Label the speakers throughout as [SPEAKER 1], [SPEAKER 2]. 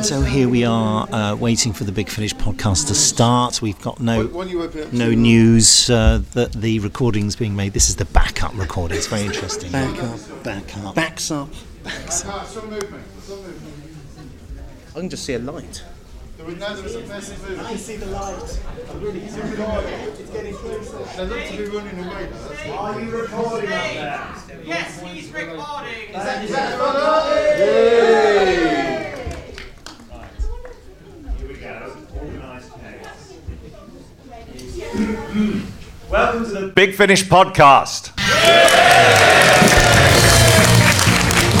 [SPEAKER 1] So here we are, uh, waiting for the Big Finish podcast to start. We've got no
[SPEAKER 2] When you open it up
[SPEAKER 1] no
[SPEAKER 2] to-
[SPEAKER 1] news uh, that the recording's being made. This is the backup recording. It's very interesting.
[SPEAKER 3] Back up.
[SPEAKER 1] Back up.
[SPEAKER 3] Backs up.
[SPEAKER 2] Ah, some movement. Some movement.
[SPEAKER 3] I can just see a light.
[SPEAKER 2] There was, no, there was some massive movement. I can see the light. I'm really It's getting closer. They look to be running away. now, That's it.
[SPEAKER 4] Yes, he's recording.
[SPEAKER 5] Here we go. Organised chaos. Welcome to the Big Finish podcast.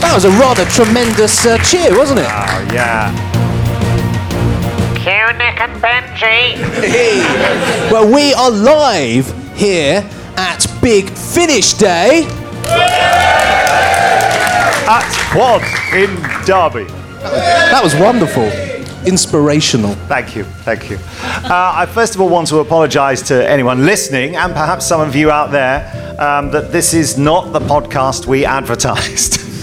[SPEAKER 3] That was a rather tremendous uh, cheer, wasn't it?
[SPEAKER 5] Oh yeah.
[SPEAKER 4] Cue Nick and Benji.
[SPEAKER 3] Well, we are live here at Big Finish Day.
[SPEAKER 5] At Quad in Derby.
[SPEAKER 3] That was wonderful. Inspirational.
[SPEAKER 5] Thank you, thank you. Uh, I first of all want to apologise to anyone listening, and perhaps some of you out there, um, that this is not the podcast we advertised.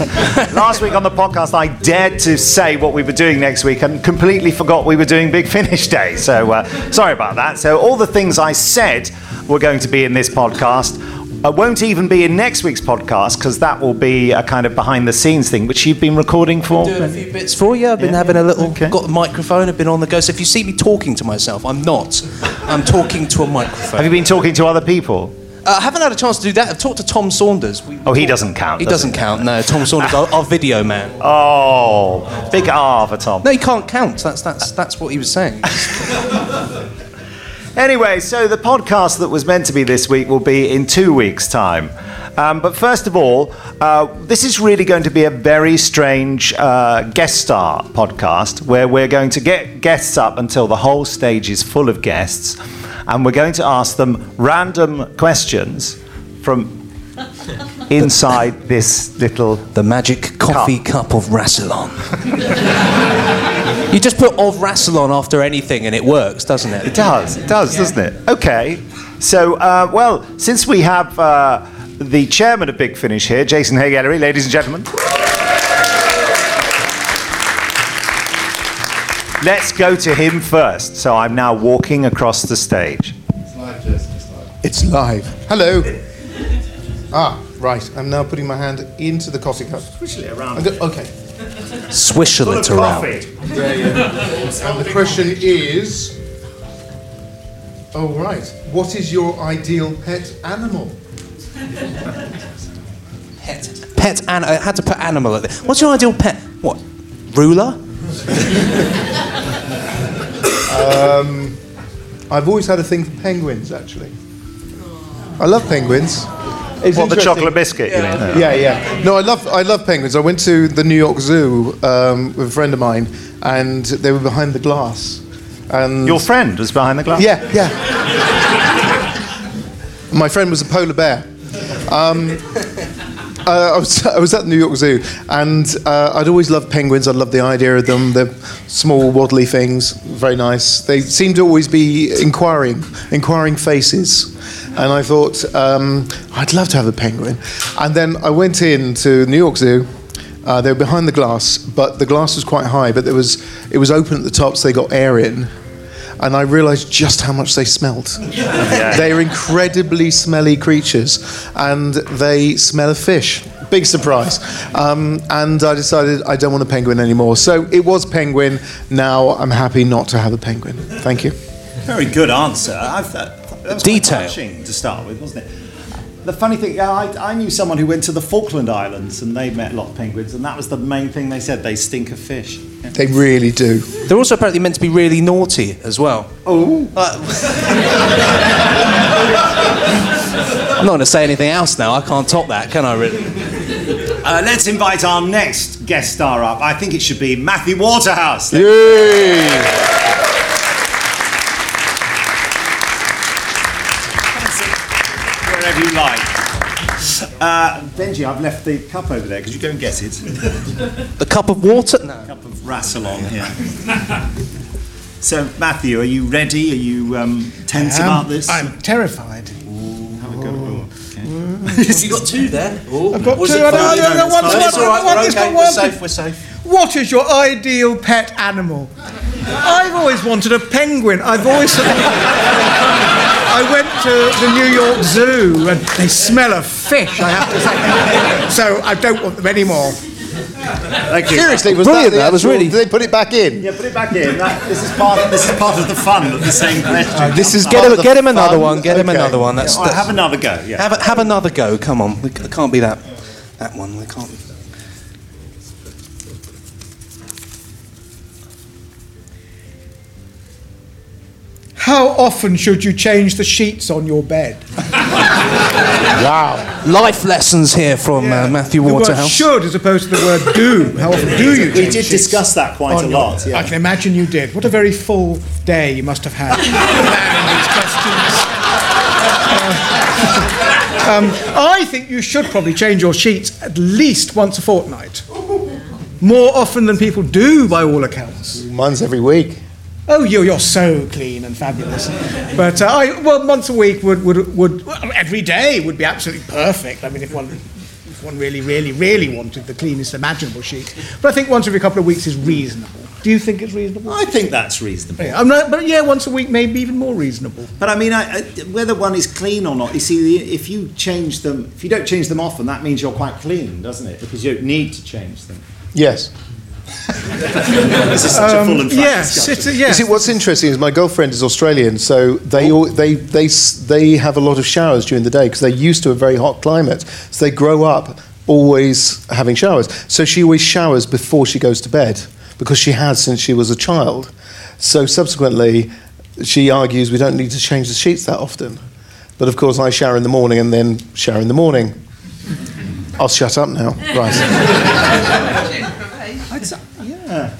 [SPEAKER 5] Last week on the podcast, I dared to say what we were doing next week and completely forgot we were doing Big Finish Day. So uh, sorry about that. So all the things I said were going to be in this podcast. I won't even be in next week's podcast because that will be a kind of behind the scenes thing, which you've been recording for.
[SPEAKER 3] Doing a few bits for you. I've been
[SPEAKER 5] Yeah.
[SPEAKER 3] having a little.
[SPEAKER 5] Okay.
[SPEAKER 3] Got the microphone. I've been on the go. So if you see me talking to myself, I'm not. I'm talking to a microphone.
[SPEAKER 5] Have you been talking to other people?
[SPEAKER 3] Uh, I haven't had a chance to do that. I've talked to Tom Saunders. We-
[SPEAKER 5] Oh, he doesn't count.
[SPEAKER 3] He
[SPEAKER 5] does
[SPEAKER 3] doesn't count. No, Tom Saunders, our, our video man.
[SPEAKER 5] Oh, big R for Tom.
[SPEAKER 3] No, he can't count. That's that's that's what he was saying.
[SPEAKER 5] Anyway, so the podcast that was meant to be this week will be in two weeks' time. Um, but first of all, uh, this is really going to be a very strange uh, guest star podcast where we're going to get guests up until the whole stage is full of guests, and we're going to ask them random questions from inside this little
[SPEAKER 3] The magic coffee cup, of Rassilon. you just put of Rassilon after anything and it works, doesn't it?
[SPEAKER 5] It does. It does, doesn't it? Okay. So, uh, well, since we have uh, the chairman of Big Finish here, Jason Haygallery, ladies and gentlemen. Let's go to him first. So I'm now walking across the stage.
[SPEAKER 2] It's live, Jason. It's live.
[SPEAKER 6] It's live. Hello. ah, right. I'm now putting my hand into the coffee cup. I'm go- okay.
[SPEAKER 3] Swish it around.
[SPEAKER 6] And the question is. Oh, right. What is your ideal pet animal?
[SPEAKER 3] Pet. Pet an- I had to put animal at the What's your ideal pet? What? Ruler?
[SPEAKER 6] Um, I've always had a thing for penguins, actually. I love penguins. It's
[SPEAKER 5] What, the
[SPEAKER 6] interesting.
[SPEAKER 5] chocolate biscuit, you mean?
[SPEAKER 6] Yeah, yeah. No, I love I love penguins. I went to the New York Zoo um, with a friend of mine, and they were behind the glass. And
[SPEAKER 5] Your friend was behind the glass.
[SPEAKER 6] Yeah, yeah. My friend was a polar bear. Um, uh, I, was, I was at the New York Zoo, and uh, I'd always loved penguins. I loved the idea of them. They're small, waddly things, very nice. They seem to always be inquiring, inquiring faces. And I thought, um, I'd love to have a penguin. And then I went in to New York Zoo. Uh, they were behind the glass, but the glass was quite high. But there was, it was open at the top, so they got air in and I realised just how much they smelt. They're incredibly smelly creatures, and they smell of fish. Big surprise. Um, and I decided I don't want a penguin anymore. So it was penguin. Now I'm happy not to have a penguin. Thank you.
[SPEAKER 5] Very good answer. I've, that, that was quite
[SPEAKER 3] Detail.
[SPEAKER 5] touching to start with, wasn't it? The funny thing, yeah, I, I knew someone who went to the Falkland Islands and they met a lot of penguins, and that was the main thing they said they stink of fish.
[SPEAKER 6] They really do.
[SPEAKER 3] They're also apparently meant to be really naughty as well.
[SPEAKER 5] Oh, Uh,
[SPEAKER 3] I'm not going to say anything else now. I can't top that, can I really?
[SPEAKER 5] uh, let's invite our next guest star up. I think it should be Matthew Waterhouse.
[SPEAKER 6] Yay!
[SPEAKER 5] Wherever you like. Uh, Benji, I've left the cup over there. Could you go and get it?
[SPEAKER 3] The cup of water? No.
[SPEAKER 5] cup of Rassilon here. So, Matthew, are you ready? Are you um, tense
[SPEAKER 7] am.
[SPEAKER 5] about this?
[SPEAKER 7] I'm terrified.
[SPEAKER 3] Have you got two there? Oh,
[SPEAKER 7] I've got two. I don't, I don't, I don't want
[SPEAKER 3] It's
[SPEAKER 7] one.
[SPEAKER 3] all
[SPEAKER 7] I
[SPEAKER 3] right. We're okay.
[SPEAKER 7] don't want this. Got
[SPEAKER 3] We're
[SPEAKER 7] one.
[SPEAKER 3] safe. We're safe.
[SPEAKER 7] What is your ideal pet animal? I've always wanted a penguin. I've always. I went to the New York Zoo and they smell of fish, I have to say. So I don't want them anymore.
[SPEAKER 5] Thank you.
[SPEAKER 6] Seriously, was
[SPEAKER 3] Brilliant,
[SPEAKER 6] that, the
[SPEAKER 3] that was
[SPEAKER 6] actual-
[SPEAKER 3] really-
[SPEAKER 6] Did they put it back in?
[SPEAKER 5] Yeah, put it back in. That, this is part. Of, this is part of the fun of the same question.
[SPEAKER 6] This is
[SPEAKER 3] Get
[SPEAKER 6] part of
[SPEAKER 3] him,
[SPEAKER 6] the
[SPEAKER 3] get him another
[SPEAKER 6] fun.
[SPEAKER 3] one. Get him
[SPEAKER 6] Okay.
[SPEAKER 3] another one. That's,
[SPEAKER 5] All right,
[SPEAKER 3] that's
[SPEAKER 5] have another go. Yeah.
[SPEAKER 3] have, a, have another go. Come on, we c- it can't be that that one. We can't.
[SPEAKER 7] How often should you change the sheets on your bed?
[SPEAKER 3] Life lessons here from uh, Matthew
[SPEAKER 7] The word
[SPEAKER 3] Waterhouse.
[SPEAKER 7] should as opposed to the word do. How often do you
[SPEAKER 5] We did
[SPEAKER 7] change sheets?
[SPEAKER 5] discuss that quite a
[SPEAKER 7] on your-
[SPEAKER 5] lot.
[SPEAKER 7] I
[SPEAKER 5] Yeah.
[SPEAKER 7] can imagine you did. What a very full day you must have had. planning these questions. Uh, um, I think you should probably change your sheets at least once a fortnight. More often than people do, by all accounts.
[SPEAKER 6] Mine's every week.
[SPEAKER 7] Oh, you, you're so clean and fabulous. But uh, I, well, once a week would, would, would well, every day would be absolutely perfect. I mean, if one, if one really, really, really wanted the cleanest imaginable sheet. But I think once every couple of weeks is reasonable. Do you think it's reasonable?
[SPEAKER 5] I think that's reasonable.
[SPEAKER 7] Yeah, I'm not, but yeah, once a week may be even more reasonable.
[SPEAKER 5] But I mean, I, I, whether one is clean or not, you see, the- if you change them, if you don't change them often, that means you're quite clean, doesn't it? Because you don't need to change them.
[SPEAKER 6] Yes.
[SPEAKER 5] This is such
[SPEAKER 3] Um,
[SPEAKER 5] a full and frank
[SPEAKER 7] Um, Yes,
[SPEAKER 5] discussion.
[SPEAKER 7] it's a, yes.
[SPEAKER 6] You see, what's interesting is my girlfriend is Australian, so they all, they they s- they have a lot of showers during the day because they're used to a very hot climate. So they grow up always having showers. So she always showers before she goes to bed because she has since she was a child. So subsequently, she argues we don't need to change the sheets that often. But of course, I shower in the morning and then shower in the morning. I'll shut up now. Right.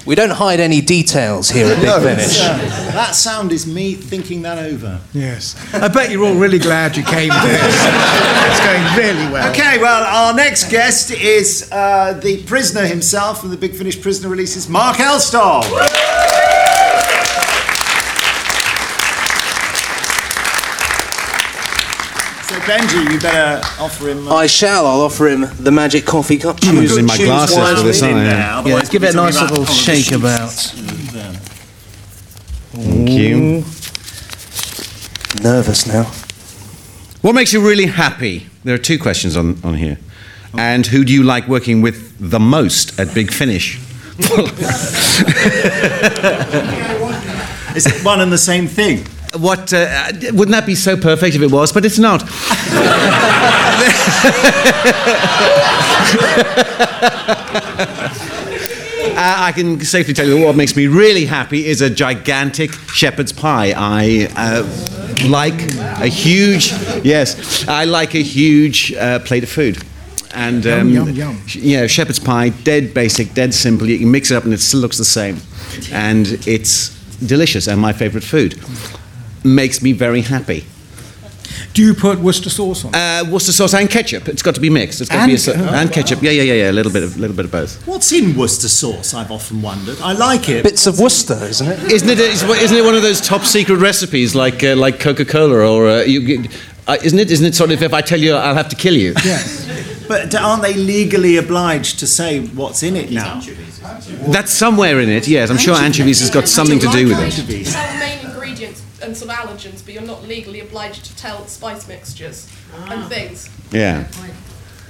[SPEAKER 3] We don't hide any details here at Big Finish.
[SPEAKER 5] That sound is me thinking that over.
[SPEAKER 7] yes. I bet you're all really glad you came to this. it's going really well.
[SPEAKER 5] Okay, well, our next guest is uh, the prisoner himself from the Big Finish Prisoner Releases, Mark Elstall. So, Benji, you better offer him. Uh,
[SPEAKER 3] I shall. I'll offer him the magic coffee cup.
[SPEAKER 8] I'm
[SPEAKER 3] Choose-
[SPEAKER 8] losing my
[SPEAKER 3] choose
[SPEAKER 8] glasses
[SPEAKER 3] wisely.
[SPEAKER 8] for this, aren't I?
[SPEAKER 5] Yeah,
[SPEAKER 8] Yeah,
[SPEAKER 5] otherwise
[SPEAKER 8] give
[SPEAKER 5] we'll
[SPEAKER 8] it
[SPEAKER 5] be
[SPEAKER 8] a nice
[SPEAKER 5] talking
[SPEAKER 8] little
[SPEAKER 5] about
[SPEAKER 8] shake about.
[SPEAKER 5] politics. There.
[SPEAKER 8] Thank you.
[SPEAKER 3] Nervous now.
[SPEAKER 8] What makes you really happy? There are two questions on, on here. And who do you like working with the most at Big Finish?
[SPEAKER 5] Is it one and the same thing?
[SPEAKER 8] What uh, wouldn't that be so perfect if it was? But it's not. Uh, I can safely tell you what makes me really happy is a gigantic shepherd's pie. I uh, like a huge, yes, I like a huge uh, plate of food. And um,
[SPEAKER 7] yum, yum.
[SPEAKER 8] sh- yeah, shepherd's pie, dead basic, dead simple. You can mix it up and it still looks the same, and it's delicious and my favourite food. Makes me very happy.
[SPEAKER 7] Do you put Worcester sauce on? it?
[SPEAKER 8] Uh, Worcester sauce and ketchup. It's got to be mixed. It's got to be a,
[SPEAKER 7] And-
[SPEAKER 8] sa-
[SPEAKER 7] oh,
[SPEAKER 8] and ketchup. Yeah, yeah, yeah, yeah. A little bit of, little bit of both.
[SPEAKER 5] What's in Worcester sauce? I've often wondered. I like it.
[SPEAKER 3] Bits of Worcester, isn't it?
[SPEAKER 8] Isn't it, is- isn't it one of those top secret recipes like uh, like Coca Cola or uh, you, get- uh, isn't it isn't it sort of if I tell you I'll have to kill you?
[SPEAKER 5] But aren't they legally obliged to say what's in it now?
[SPEAKER 8] That's somewhere in it. Yes, I'm sure anchovies has got something to do with it.
[SPEAKER 5] Anchovies.
[SPEAKER 9] You tell the main ingredients and some allergens, but you're not legally obliged to tell spice mixtures
[SPEAKER 5] Ah.
[SPEAKER 9] and things.
[SPEAKER 8] Yeah,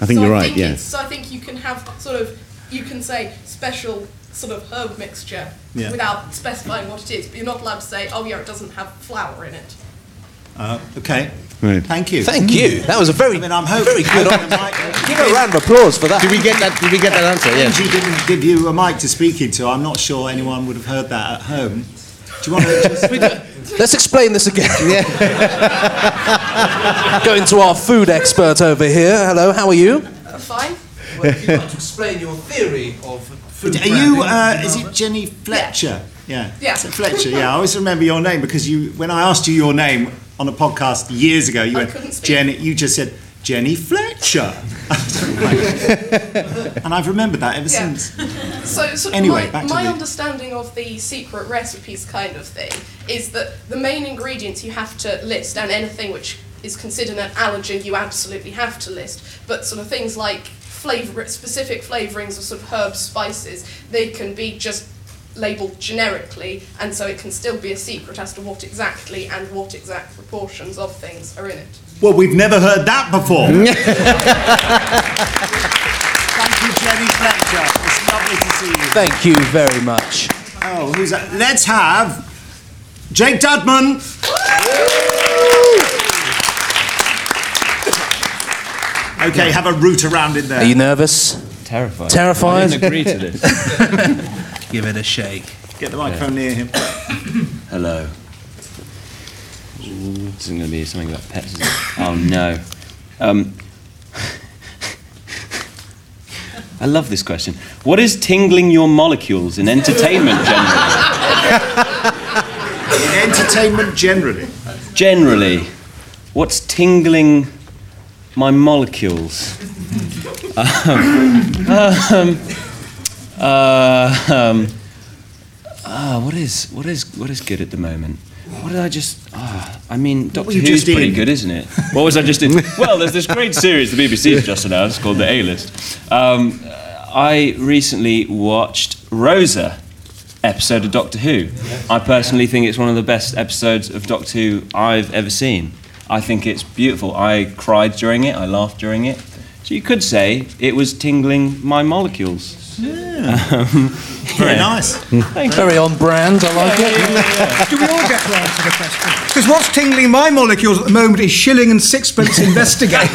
[SPEAKER 8] I think
[SPEAKER 9] so
[SPEAKER 8] you're
[SPEAKER 9] I
[SPEAKER 8] right.
[SPEAKER 9] Think
[SPEAKER 8] Yeah.
[SPEAKER 9] it's- So I think you can have sort of, you can say special sort of herb mixture
[SPEAKER 5] Yeah.
[SPEAKER 9] without specifying what it is, but you're not allowed to say, oh yeah, it doesn't have flour in it.
[SPEAKER 5] Uh, okay.
[SPEAKER 8] Right.
[SPEAKER 5] Thank you.
[SPEAKER 3] Thank you. That was a very,
[SPEAKER 5] I mean, I'm hoping
[SPEAKER 3] very good.
[SPEAKER 5] I
[SPEAKER 3] answer.
[SPEAKER 5] might-
[SPEAKER 3] Give her a round of applause for that.
[SPEAKER 8] Did we get that? Did we get that answer? Yeah.
[SPEAKER 5] Benji didn't give you a mic to speak into. I'm not sure anyone would have heard that at home. Do you want to just...
[SPEAKER 3] Let's explain this again. Going to our food expert over here. Hello, how are you?
[SPEAKER 9] Fine?
[SPEAKER 3] Would you like to explain your theory of food?
[SPEAKER 5] Are you? Uh, is it Jenny Fletcher? Yeah.
[SPEAKER 9] Yeah.
[SPEAKER 5] Is it Fletcher. Yeah. I always remember your name because you, when I asked you your name on a podcast years ago, you
[SPEAKER 9] I couldn't
[SPEAKER 5] went
[SPEAKER 9] speak.
[SPEAKER 5] Jenny. You just said Jenny Fletcher, and I've remembered that ever
[SPEAKER 9] Yeah.
[SPEAKER 5] since.
[SPEAKER 9] So, sort of
[SPEAKER 5] Anyway,
[SPEAKER 9] my,
[SPEAKER 5] back to
[SPEAKER 9] my
[SPEAKER 5] the-
[SPEAKER 9] understanding of the secret recipes kind of thing is that the main ingredients you have to list, and anything which is considered an allergen you absolutely have to list, but sort of things like flavor specific flavorings or sort of herbs, spices, they can be just labeled generically, and so it can still be a secret as to what exactly and what exact proportions of things are in it.
[SPEAKER 10] Well, we've never heard that before.
[SPEAKER 5] Thank you, Jenny Fletcher. It's lovely to see you.
[SPEAKER 3] Thank you very much.
[SPEAKER 10] Oh, who's that? Let's have Jake Dudman. Okay, have a root around in
[SPEAKER 3] Are
[SPEAKER 10] there.
[SPEAKER 3] you nervous?
[SPEAKER 11] Terrified.
[SPEAKER 3] Terrified?
[SPEAKER 11] I didn't agree to this. Give it a shake.
[SPEAKER 10] Get the microphone near him.
[SPEAKER 11] Hello. Ooh, This is going to be something about pets. Isn't it? Oh no. Um, I love this question. What is tingling your molecules in entertainment generally?
[SPEAKER 10] In entertainment generally.
[SPEAKER 11] generally? What's tingling my molecules? um, uh, um, ah, what is what is what is good at the moment? What did I just? ah, I mean, Doctor
[SPEAKER 10] you
[SPEAKER 11] Who's
[SPEAKER 10] just
[SPEAKER 11] pretty
[SPEAKER 10] in?
[SPEAKER 11] good, isn't it? What was I just in? well, there's this great series the BBC's just announced called The A List. Um, I recently watched Rosa episode of Doctor Who. I personally think it's one of the best episodes of Doctor Who I've ever seen. I think it's beautiful. I cried during it, I laughed during it. So you could say it was tingling my molecules.
[SPEAKER 10] Um, Very nice.
[SPEAKER 3] Very on brand, I like it.
[SPEAKER 7] Do we all get to answer the question?
[SPEAKER 12] Because what's tingling my molecules at the moment is shilling and sixpence investigate,
[SPEAKER 7] Uh,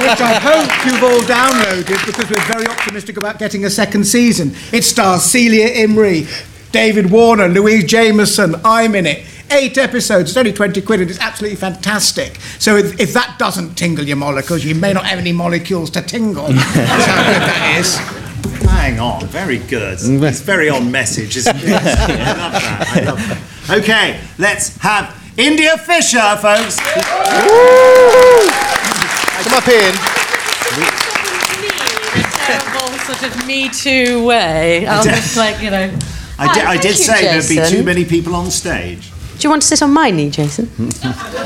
[SPEAKER 7] which I hope you've all downloaded because we're very optimistic about getting a second season. It stars Celia Imrie, David Warner, Louise Jameson. I'm in it. Eight episodes. It's only 20 quid and it's absolutely fantastic. So if, if that doesn't tingle your molecules, you may not have any molecules to tingle. That's how good that is.
[SPEAKER 10] Hang on, very good. It's very on message, isn't it? I love that. I love that. Okay, let's have India Fisher, folks.
[SPEAKER 6] Come up in.
[SPEAKER 4] terrible sort of Me Too way. I was just like, you know.
[SPEAKER 10] I, di- I did
[SPEAKER 4] thank you,
[SPEAKER 10] say there'd be
[SPEAKER 4] Jason.
[SPEAKER 10] too many people on stage.
[SPEAKER 4] Do you want to sit on my knee, Jason?
[SPEAKER 10] He's thinking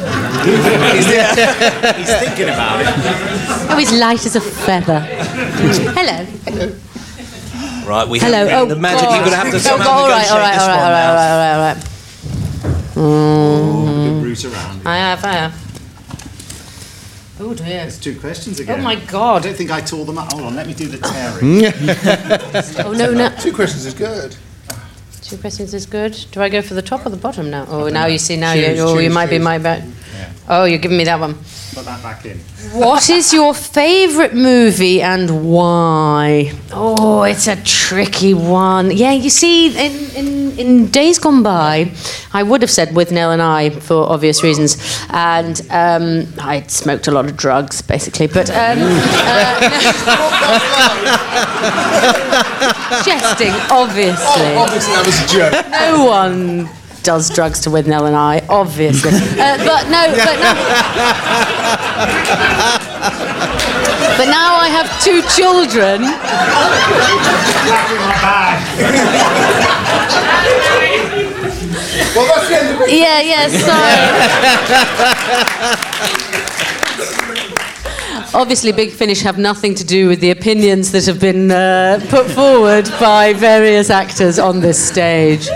[SPEAKER 10] about it.
[SPEAKER 4] Oh, he's light as a feather. Hello.
[SPEAKER 3] Right, we
[SPEAKER 4] Hello.
[SPEAKER 3] have
[SPEAKER 4] Oh,
[SPEAKER 3] the magic.
[SPEAKER 4] God.
[SPEAKER 3] You're going to have to
[SPEAKER 4] Oh,
[SPEAKER 3] somehow
[SPEAKER 4] God, all right,
[SPEAKER 3] negotiate
[SPEAKER 4] all right,
[SPEAKER 3] this
[SPEAKER 4] all
[SPEAKER 3] one
[SPEAKER 4] right,
[SPEAKER 3] now.
[SPEAKER 4] all right, all right, all right, all right.
[SPEAKER 3] Mm.
[SPEAKER 10] Root around.
[SPEAKER 4] I have, I have. Oh dear. Oh,
[SPEAKER 10] It's two questions again.
[SPEAKER 4] my
[SPEAKER 10] I
[SPEAKER 4] God.
[SPEAKER 10] don't think I tore them up. Hold on, let me do the tearing.
[SPEAKER 4] Oh no, no.
[SPEAKER 6] Two questions is good.
[SPEAKER 4] Two questions is good. Do I go for the top or the bottom now? Oh, now you see, now you, oh, you
[SPEAKER 6] choose,
[SPEAKER 4] might be
[SPEAKER 6] choose.
[SPEAKER 4] my back. Oh, you're giving me that one.
[SPEAKER 10] Put that back in.
[SPEAKER 4] What is your favourite movie and why? Oh, it's a tricky one. Yeah, you see, in, in, in days gone by, I would have said with Nell and I for obvious reasons, and um, I smoked a lot of drugs basically. But um, uh, jesting, obviously
[SPEAKER 6] Oh, Obviously, that was a joke.
[SPEAKER 4] no one does drugs to with Nell and I, obviously. Uh, but no, but no. But now I have two children.
[SPEAKER 6] Well, that's the end of it.
[SPEAKER 4] Yeah, yeah, so. Obviously, Big Finish have nothing to do with the opinions that have been uh, put forward by various actors on this stage.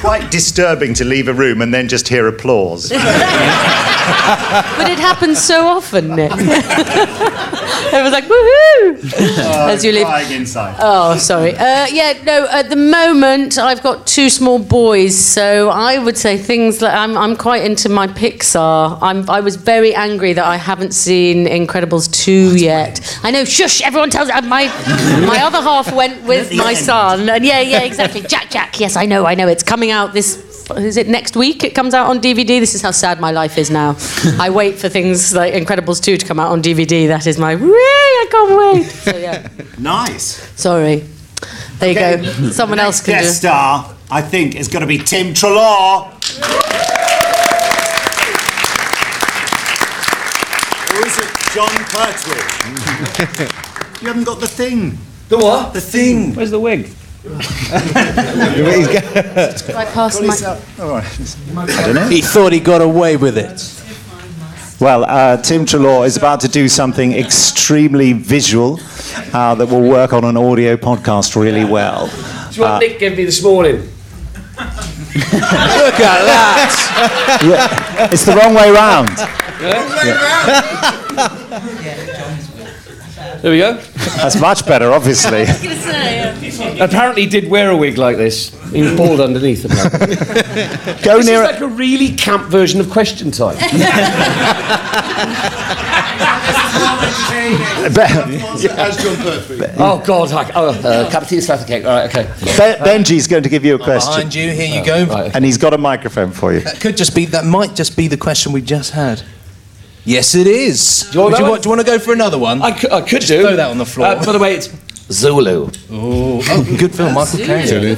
[SPEAKER 5] Quite disturbing to leave a room and then just hear applause.
[SPEAKER 4] But it happens so often, Nick. it was like, woohoo! As you leave.
[SPEAKER 10] Uh, Crying inside.
[SPEAKER 4] Oh, sorry. Uh, yeah, no, at the moment I've got two small boys, so I would say things like I'm, I'm quite into my Pixar. I'm, I was very angry that I haven't seen Incredibles 2 yet. I know, shush, everyone tells uh, my my other half went with my son. And yeah, yeah, exactly. Jack, Jack, yes, I know, I know. It's coming out this. Is it next week? It comes out on DVD. This is how sad my life is now. I wait for things like Incredibles 2 to come out on DVD. That is my, "Whee, I can't wait. So, yeah.
[SPEAKER 10] Nice.
[SPEAKER 4] Sorry. There you go. Someone else can
[SPEAKER 10] Guest star, I think, is going to be Tim Trelaw. or is it John Pertwee? you haven't got the thing.
[SPEAKER 11] The what?
[SPEAKER 10] The thing.
[SPEAKER 11] Where's the wig?
[SPEAKER 4] do. Do I pass my...
[SPEAKER 10] All right.
[SPEAKER 3] He thought he got away with it.
[SPEAKER 5] Well, uh, Tim Trelaw is about to do something extremely visual uh, that will work on an audio podcast really well.
[SPEAKER 13] It's what
[SPEAKER 5] Uh,
[SPEAKER 13] Nick gave me this morning.
[SPEAKER 3] Look at that.
[SPEAKER 5] yeah, it's the wrong way round.
[SPEAKER 13] There we go.
[SPEAKER 5] That's much better, obviously.
[SPEAKER 13] Apparently, he did wear a wig like this. He was bald underneath. Apparently.
[SPEAKER 5] Go
[SPEAKER 13] this is like a really camp version of Question Time.
[SPEAKER 2] As John Pertwee.
[SPEAKER 13] Oh God! I, oh, uh, cup of tea, slice of cake. All right, okay.
[SPEAKER 5] Ben- Benji's going to give you a question.
[SPEAKER 14] behind you, here you go.
[SPEAKER 5] And he's got a microphone for you.
[SPEAKER 14] That could just be. That might just be the question we just had. Yes, it is. Do
[SPEAKER 13] you want
[SPEAKER 14] Would
[SPEAKER 13] that
[SPEAKER 14] you
[SPEAKER 13] one?
[SPEAKER 14] want, do you want to go for another one? I
[SPEAKER 13] could, I could do.
[SPEAKER 14] Throw that on the floor.
[SPEAKER 13] Uh, by the way, it's Zulu.
[SPEAKER 14] Oh, good film, Michael Caine.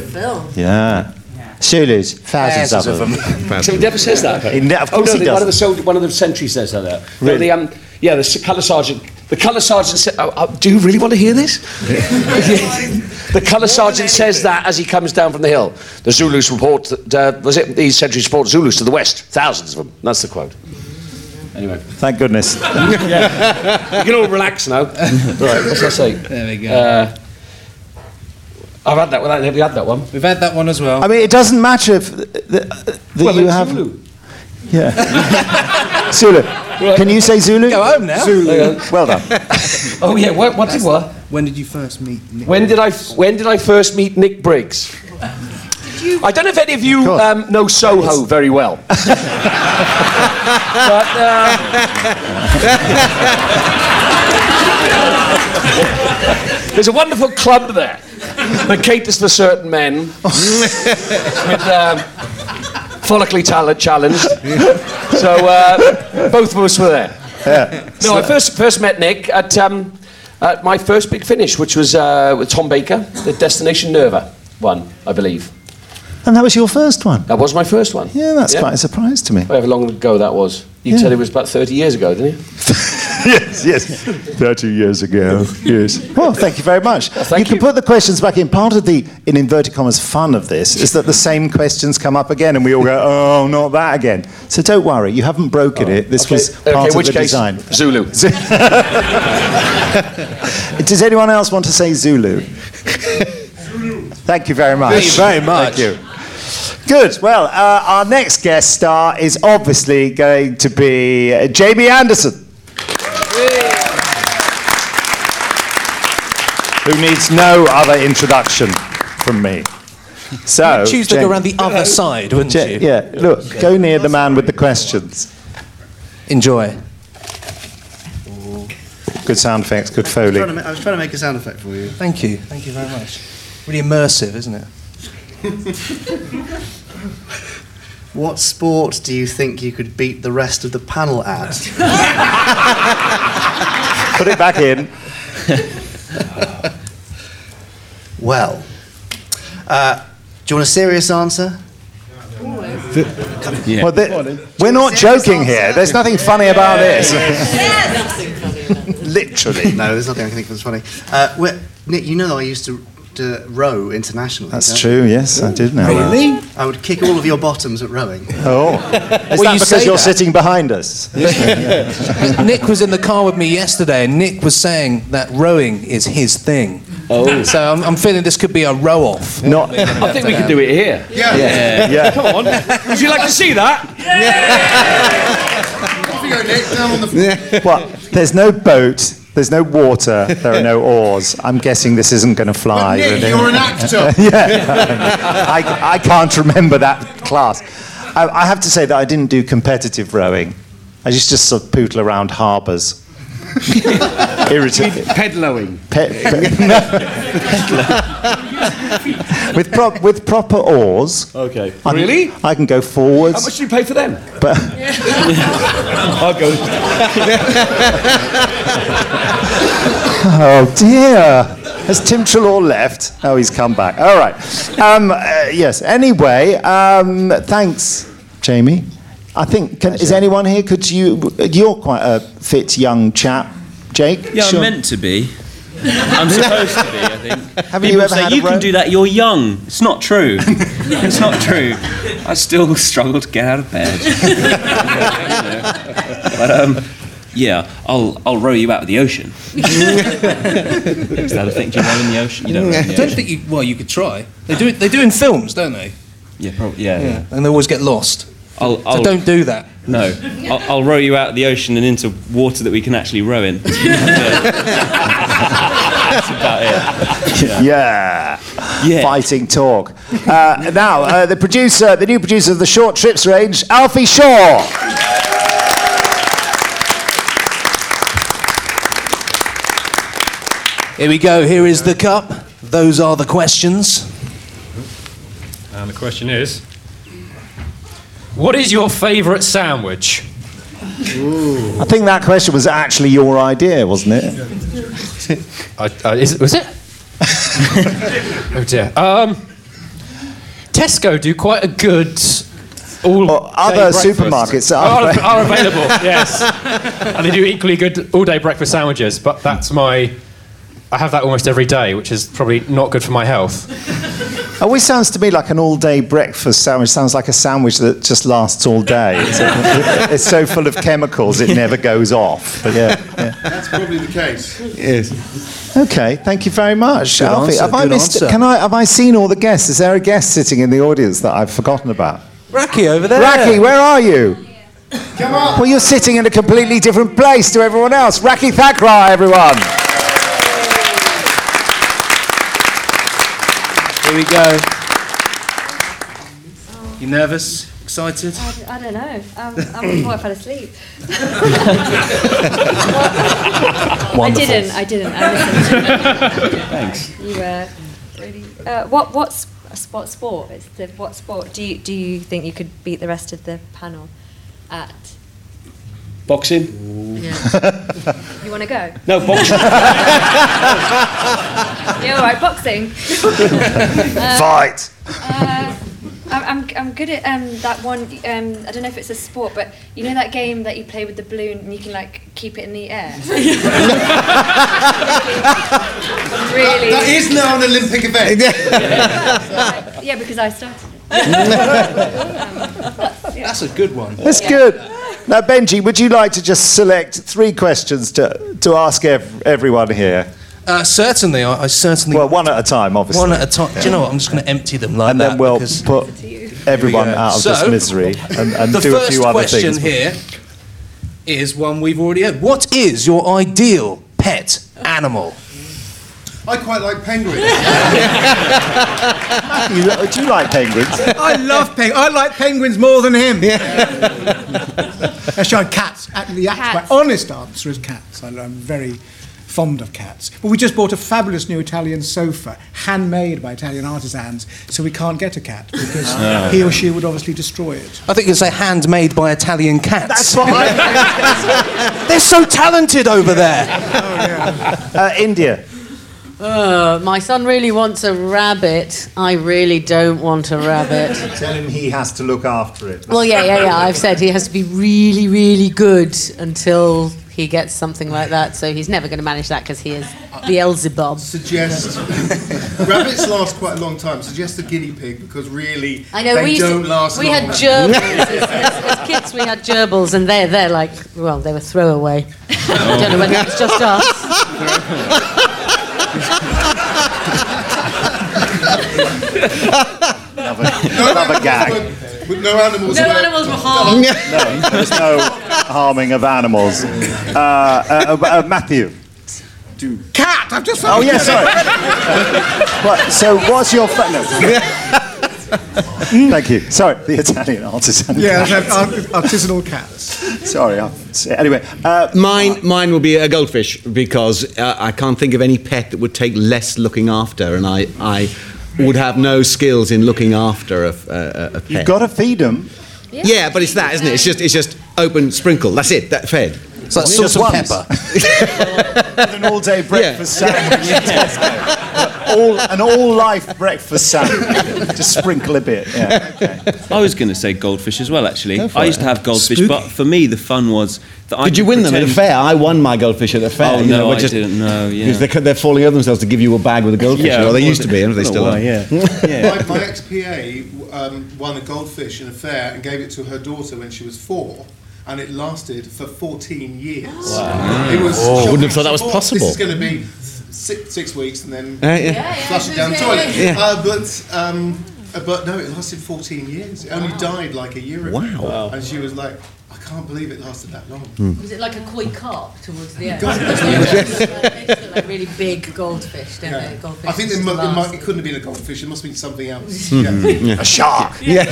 [SPEAKER 5] Yeah. Zulus. Thousands,
[SPEAKER 13] Thousands
[SPEAKER 5] of
[SPEAKER 13] of
[SPEAKER 5] them.
[SPEAKER 13] So he never says that.
[SPEAKER 5] He ne- of
[SPEAKER 13] oh,
[SPEAKER 5] course
[SPEAKER 13] no,
[SPEAKER 5] he
[SPEAKER 13] the- One of the
[SPEAKER 5] doesn't.
[SPEAKER 13] soldier, one of the sentries says that. There. No,
[SPEAKER 5] Really?
[SPEAKER 13] The, um, yeah, the s- colour sergeant. The colour sergeant said, oh, oh, "Do you really want to hear this?" the colour sergeant says that as he comes down from the hill. The Zulus report. That, uh, was it these sentries support Zulus to the west? Thousands of them. That's the quote. Anyway.
[SPEAKER 5] Thank goodness.
[SPEAKER 13] yeah. You can all relax now. right, what's I say? There we go. Uh, I've had that one. Have you had that one? We've had that one as well.
[SPEAKER 5] I mean, it doesn't matter if th- th- that
[SPEAKER 13] Well,
[SPEAKER 5] you
[SPEAKER 13] it's
[SPEAKER 5] have.
[SPEAKER 13] Zulu.
[SPEAKER 5] Yeah. Zulu. Can you say Zulu?
[SPEAKER 13] Go home now.
[SPEAKER 5] Zulu.
[SPEAKER 13] There
[SPEAKER 5] Well done.
[SPEAKER 13] Oh yeah, what, what did what?
[SPEAKER 12] When did you first meet Nick?
[SPEAKER 13] When did I when did I first meet Nick Briggs? I don't know if any of you um, know Soho very well. but, uh, there's a wonderful club there that caters for certain men with um, follically talent challenged. so uh, both of us were there.
[SPEAKER 5] Yeah.
[SPEAKER 13] No, I first first met Nick at um, at my first big finish, which was uh, with Tom Baker, the Destination Nerva one, I believe.
[SPEAKER 5] And that was your first one.
[SPEAKER 13] That was my first one.
[SPEAKER 5] Yeah, that's quite a surprise to me.
[SPEAKER 13] However long ago that was. You
[SPEAKER 5] Yeah.
[SPEAKER 13] said it was about 30 years ago, didn't you?
[SPEAKER 5] yes, yes. 30 years ago. Yes. Well, thank you very much. you can put the questions back in. Part of the, in inverted commas, fun of this is that the same questions come up again and we all go, oh, not that again. So don't worry, you haven't broken it. This was part
[SPEAKER 13] okay,
[SPEAKER 5] of
[SPEAKER 13] which
[SPEAKER 5] the
[SPEAKER 13] case,
[SPEAKER 5] design.
[SPEAKER 13] Zulu.
[SPEAKER 5] Does anyone else want to say Zulu? Thank you very much.
[SPEAKER 3] Thank you very much.
[SPEAKER 5] Thank you. Good. Well, uh, our next guest star is obviously going to be uh, Jamie Anderson. Who needs no other introduction from me. So
[SPEAKER 14] You'd choose to go
[SPEAKER 5] Jamie-
[SPEAKER 14] around the other side, wouldn't
[SPEAKER 5] Ja-
[SPEAKER 14] you?
[SPEAKER 5] Yeah. Look, go near the man with the questions.
[SPEAKER 14] Enjoy.
[SPEAKER 5] Good sound effects. Good
[SPEAKER 14] I
[SPEAKER 5] foley.
[SPEAKER 14] was trying to
[SPEAKER 12] I was trying to make a sound effect for you.
[SPEAKER 14] Thank you. Thank you very much. Really immersive, isn't it?
[SPEAKER 15] What sport do you think you could beat the rest of the panel at?
[SPEAKER 5] Put it back in.
[SPEAKER 15] well, uh, do you want a serious answer?
[SPEAKER 5] Well, the- we're not joking here. There's nothing funny about this. Literally.
[SPEAKER 15] no, there's nothing I can think of that's funny. Uh, we're- Nick, you know that I used to, to row internationally.
[SPEAKER 5] That's
[SPEAKER 15] don't
[SPEAKER 5] true. Yes, I did know.
[SPEAKER 15] you?
[SPEAKER 5] that.
[SPEAKER 15] I would kick all of your bottoms at rowing.
[SPEAKER 5] Oh, is
[SPEAKER 14] Well,
[SPEAKER 5] that
[SPEAKER 14] you
[SPEAKER 5] because
[SPEAKER 14] say
[SPEAKER 5] you're
[SPEAKER 14] that.
[SPEAKER 5] sitting behind us?
[SPEAKER 14] Nick was in the car with me yesterday, and Nick was saying that rowing is his thing. Oh. So I'm, I'm feeling this could be a row off.
[SPEAKER 5] Not.
[SPEAKER 13] I think we could do it here.
[SPEAKER 14] Yeah.
[SPEAKER 5] Yeah. Yeah.
[SPEAKER 13] Come on. Would you like to see that?
[SPEAKER 5] well, there's no boat. There's no water. There are no oars. I'm guessing this isn't going to fly.
[SPEAKER 2] Nick,
[SPEAKER 5] really.
[SPEAKER 2] you're an actor.
[SPEAKER 5] yeah. I, I can't remember that class. I, I have to say that I didn't do competitive rowing. I used to just sort of pootle around harbours. Irritating.
[SPEAKER 13] Pedlowing.
[SPEAKER 5] Pe- pe- no. with, prop with proper oars.
[SPEAKER 13] Okay.
[SPEAKER 5] I can-
[SPEAKER 13] Really?
[SPEAKER 5] I can go forwards.
[SPEAKER 13] How much do you pay for them?
[SPEAKER 5] But
[SPEAKER 13] I'll go.
[SPEAKER 5] oh dear, has Tim Trelaw left? Oh, he's come back. All right. Um, uh, yes. Anyway, um, thanks, Jamie. I think can, is anyone here? Could you? You're quite a fit young chap, Jake.
[SPEAKER 16] Yeah,
[SPEAKER 5] Sure.
[SPEAKER 16] I'm meant to be.
[SPEAKER 11] I'm supposed to be, I think.
[SPEAKER 5] Have
[SPEAKER 11] People
[SPEAKER 5] you ever
[SPEAKER 11] say,
[SPEAKER 5] had a
[SPEAKER 11] you can
[SPEAKER 5] row-
[SPEAKER 11] do that, you're young. It's not true. it's not true. I still struggle to get out of bed. but, um, yeah, I'll, I'll row you out of the ocean. Is that a thing? Do you row in the ocean? You don't row in
[SPEAKER 3] I
[SPEAKER 11] the
[SPEAKER 3] don't
[SPEAKER 11] ocean.
[SPEAKER 3] think you. Well, you could try. They do. They do in films, don't they?
[SPEAKER 11] Yeah, probably. Yeah, yeah.
[SPEAKER 3] And they always get lost.
[SPEAKER 11] I'll, I'll-
[SPEAKER 13] Oh.
[SPEAKER 3] so don't do that.
[SPEAKER 11] No, I'll, I'll row you out of the ocean and into water that we can actually row in. That's about it. Yeah.
[SPEAKER 5] Yeah. Fighting talk. Uh, now, uh, the producer, the new producer of the Short Trips range, Alfie Shaw.
[SPEAKER 17] Here we go. Here is the cup. Those are the questions.
[SPEAKER 16] And the question is What is your favourite sandwich?
[SPEAKER 5] I think that question was actually your idea, wasn't it?
[SPEAKER 16] I, I, Uh, is, it- was it? oh dear. Um, Tesco do quite a good. All
[SPEAKER 5] other supermarkets are-
[SPEAKER 16] are, are available, yes. And they do equally good all day breakfast sandwiches, but that's my. I have that almost every day, which is probably not good for my health.
[SPEAKER 5] Always Oh, sounds to me like an all-day breakfast sandwich. Sounds like a sandwich that just lasts all day. It's, it's so full of chemicals it never goes off. But yeah, yeah.
[SPEAKER 6] That's probably the case.
[SPEAKER 5] Yes. Okay. Thank you very much,
[SPEAKER 6] Good
[SPEAKER 5] Alfie.
[SPEAKER 6] answer,
[SPEAKER 5] have I
[SPEAKER 6] good
[SPEAKER 5] missed?
[SPEAKER 6] answer.
[SPEAKER 5] Can I? Have I seen all the guests? Is there a guest sitting in the audience that I've forgotten about?
[SPEAKER 17] Racky over there.
[SPEAKER 5] Raki, where are you? Come on. Well, you're sitting in a completely different place to everyone else. Raki Thakra, everyone.
[SPEAKER 3] Here we go. You nervous? Excited?
[SPEAKER 18] I, I don't know. Um, I'm before I fell asleep. I
[SPEAKER 3] Wonderful.
[SPEAKER 18] didn't. I didn't. I listened.
[SPEAKER 11] Thanks.
[SPEAKER 18] You were really. Uh, what what's what sport? It's the what sport? Do you do you think you could beat the rest of the panel at?
[SPEAKER 13] Boxing?
[SPEAKER 18] You want to go?
[SPEAKER 13] No, boxing.
[SPEAKER 18] Yeah, all right. Boxing. Uh,
[SPEAKER 5] Fight.
[SPEAKER 18] Uh, I'm, I'm, I'm good at um, that one. Um, I don't know if it's a sport, but you know that game that you play with the balloon and you can like keep it in the air. really?
[SPEAKER 6] That is now an Olympic event.
[SPEAKER 18] yeah, because I started.
[SPEAKER 3] That's a good one.
[SPEAKER 5] That's good. Now, Benji, would you like to just select three questions to, to ask ev- everyone here?
[SPEAKER 3] Uh, certainly, I, I certainly.
[SPEAKER 5] Well, one at a time, obviously.
[SPEAKER 3] One at a time. Do you know what? I'm just going to empty them like
[SPEAKER 5] and
[SPEAKER 3] that.
[SPEAKER 5] then we'll
[SPEAKER 3] because-
[SPEAKER 5] put everyone
[SPEAKER 3] Here we go.
[SPEAKER 5] out of
[SPEAKER 3] So,
[SPEAKER 5] this misery and, and
[SPEAKER 3] the
[SPEAKER 5] do a
[SPEAKER 3] first
[SPEAKER 5] few other
[SPEAKER 3] question
[SPEAKER 5] things.
[SPEAKER 3] here is one we've already had. What is your ideal pet animal?
[SPEAKER 6] I quite like penguins.
[SPEAKER 5] do you like penguins?
[SPEAKER 7] I love penguins. I like penguins more than him. Actually, I- cats. At the act, my honest answer is cats. I, I'm very fond of cats. But we just bought a fabulous new Italian sofa, handmade by Italian artisans, so we can't get a cat because
[SPEAKER 3] Ah.
[SPEAKER 7] he or she would obviously destroy it.
[SPEAKER 3] I think it's a handmade by Italian cats. That's They're so talented over there.
[SPEAKER 5] Oh, Uh, India.
[SPEAKER 4] Uh, my son really wants a rabbit. I really don't want a rabbit.
[SPEAKER 5] Tell him he has to look after it.
[SPEAKER 4] Well, yeah, yeah, yeah. I've said he has to be really, really good until he gets something like that. So he's never going to manage that because he is Beelzebub.
[SPEAKER 6] Suggest rabbits last quite a long time. Suggest a guinea pig because really
[SPEAKER 4] I know
[SPEAKER 6] they
[SPEAKER 4] we used to-
[SPEAKER 6] don't last.
[SPEAKER 4] we
[SPEAKER 6] long.
[SPEAKER 4] had gerbils as, as, as kids. We had gerbils, and they're they're like well, they were throwaway. I don't know whether it's just us.
[SPEAKER 5] Another gag.
[SPEAKER 6] With no animals.
[SPEAKER 4] No
[SPEAKER 6] were-
[SPEAKER 4] animals were harmed.
[SPEAKER 5] No, there's no harming of animals. Uh, uh, uh, Matthew.
[SPEAKER 7] Cat! I've just
[SPEAKER 5] Oh, yeah, sorry. But, so, what's your. Fa- no. Thank you. Sorry, the Italian artisan.
[SPEAKER 7] Yeah, uh,
[SPEAKER 5] cat.
[SPEAKER 7] I've had art- artisanal cats.
[SPEAKER 5] Sorry. i anyway,
[SPEAKER 8] uh, mine mine will be a goldfish because uh, I can't think of any pet that would take less looking after, and I I would have no skills in looking after a, a, a pet.
[SPEAKER 5] You've got to feed them.
[SPEAKER 8] Yeah. but it's that, isn't it? It's just it's just open sprinkle. That's it. That fed.
[SPEAKER 3] It's like salt and pepper.
[SPEAKER 5] With an all-day breakfast sandwich. all, an all life breakfast salad. Just sprinkle a bit. Yeah.
[SPEAKER 11] I was going to say goldfish as well, actually.
[SPEAKER 8] Go for
[SPEAKER 11] I used
[SPEAKER 8] it.
[SPEAKER 11] to have goldfish,
[SPEAKER 8] Spooky.
[SPEAKER 11] but for me, the fun was that I.
[SPEAKER 8] Did you
[SPEAKER 11] could
[SPEAKER 8] win them at a
[SPEAKER 11] pretend-
[SPEAKER 8] fair? I won my goldfish at a fair.
[SPEAKER 11] Oh,
[SPEAKER 8] you
[SPEAKER 11] no,
[SPEAKER 8] we're
[SPEAKER 11] I didn't, no, yeah.
[SPEAKER 8] Because they're, they're falling over themselves to give you a bag with a goldfish.
[SPEAKER 11] Yeah,
[SPEAKER 8] or
[SPEAKER 11] of
[SPEAKER 8] they
[SPEAKER 11] course.
[SPEAKER 8] used to be, and they
[SPEAKER 11] I don't
[SPEAKER 8] still
[SPEAKER 11] know
[SPEAKER 8] are.
[SPEAKER 11] why,
[SPEAKER 8] Yeah.
[SPEAKER 6] My, my ex-PA um, won a goldfish in a fair and gave it to her daughter when she was four. And it lasted for 14 years.
[SPEAKER 19] Wow.
[SPEAKER 6] It was.
[SPEAKER 19] Whoa.
[SPEAKER 6] shocking.
[SPEAKER 19] Oh, Wouldn't have thought that was
[SPEAKER 6] She thought,
[SPEAKER 19] possible."
[SPEAKER 6] This is going to be six, six weeks and then
[SPEAKER 19] Uh, yeah. Yeah,
[SPEAKER 6] flush
[SPEAKER 19] yeah,
[SPEAKER 6] it down the
[SPEAKER 19] yeah,
[SPEAKER 6] toilet.
[SPEAKER 19] yeah.
[SPEAKER 6] Uh, but um, uh, but no, it lasted 14 years. It only died like a year ago.
[SPEAKER 19] Wow. Wow. Hmm.
[SPEAKER 6] And she was like, I can't believe it lasted that long.
[SPEAKER 20] Was it like a koi carp towards the end?
[SPEAKER 6] God.
[SPEAKER 20] It's like really big goldfish, don't
[SPEAKER 6] Yeah.
[SPEAKER 20] they? Goldfish
[SPEAKER 6] I think
[SPEAKER 20] just
[SPEAKER 6] it, mu- it,
[SPEAKER 20] last.
[SPEAKER 6] might, it couldn't have been a goldfish. It must have been something else.
[SPEAKER 5] Mhm. Yeah. A shark. Yeah.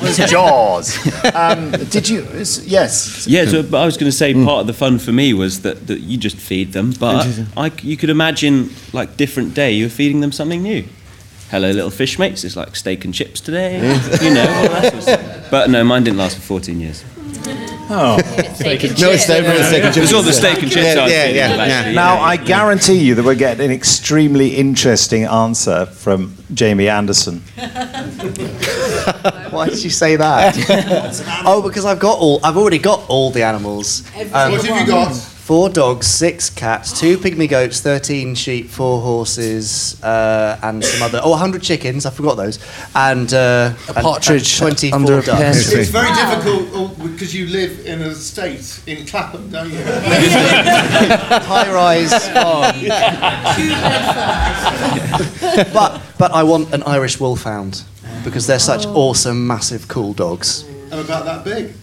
[SPEAKER 5] Those jaws. Um, did you? is- Yes.
[SPEAKER 11] Yeah, so, but I was going to say
[SPEAKER 8] Mm.
[SPEAKER 11] part of the fun for me was that, that you just feed them, but
[SPEAKER 5] Interesting.
[SPEAKER 11] I c you could imagine like different day you're feeding them something new. Hello, little fish mates. It's like steak and chips today. you know, all that sort of stuff. But no, mine didn't last for 14 years.
[SPEAKER 8] Oh.
[SPEAKER 11] Steak and
[SPEAKER 8] No, it's
[SPEAKER 11] chips.
[SPEAKER 8] never a steak and
[SPEAKER 11] It was
[SPEAKER 8] chips.
[SPEAKER 11] all the steak and chips I was
[SPEAKER 8] Yeah,
[SPEAKER 11] feeding them,
[SPEAKER 8] yeah, yeah.
[SPEAKER 11] actually,
[SPEAKER 5] Now,
[SPEAKER 11] yeah.
[SPEAKER 5] I guarantee you that we'll get an extremely interesting answer from Jamie Anderson.
[SPEAKER 15] Why did you say that? oh, because I've got all. I've already got all the animals. Um,
[SPEAKER 20] Every What have you one. got?
[SPEAKER 15] Four dogs, six cats, two pygmy goats, thirteen sheep, four horses, uh, and some other. Oh, 100 chickens. I forgot those. And uh,
[SPEAKER 21] A partridge under a pear
[SPEAKER 15] ducks.
[SPEAKER 6] It's very difficult oh, because you live in an estate in Clapham, don't you? High
[SPEAKER 15] rise but but I want an Irish wolfhound because they're such awesome, massive, cool dogs.
[SPEAKER 6] I'm about that big.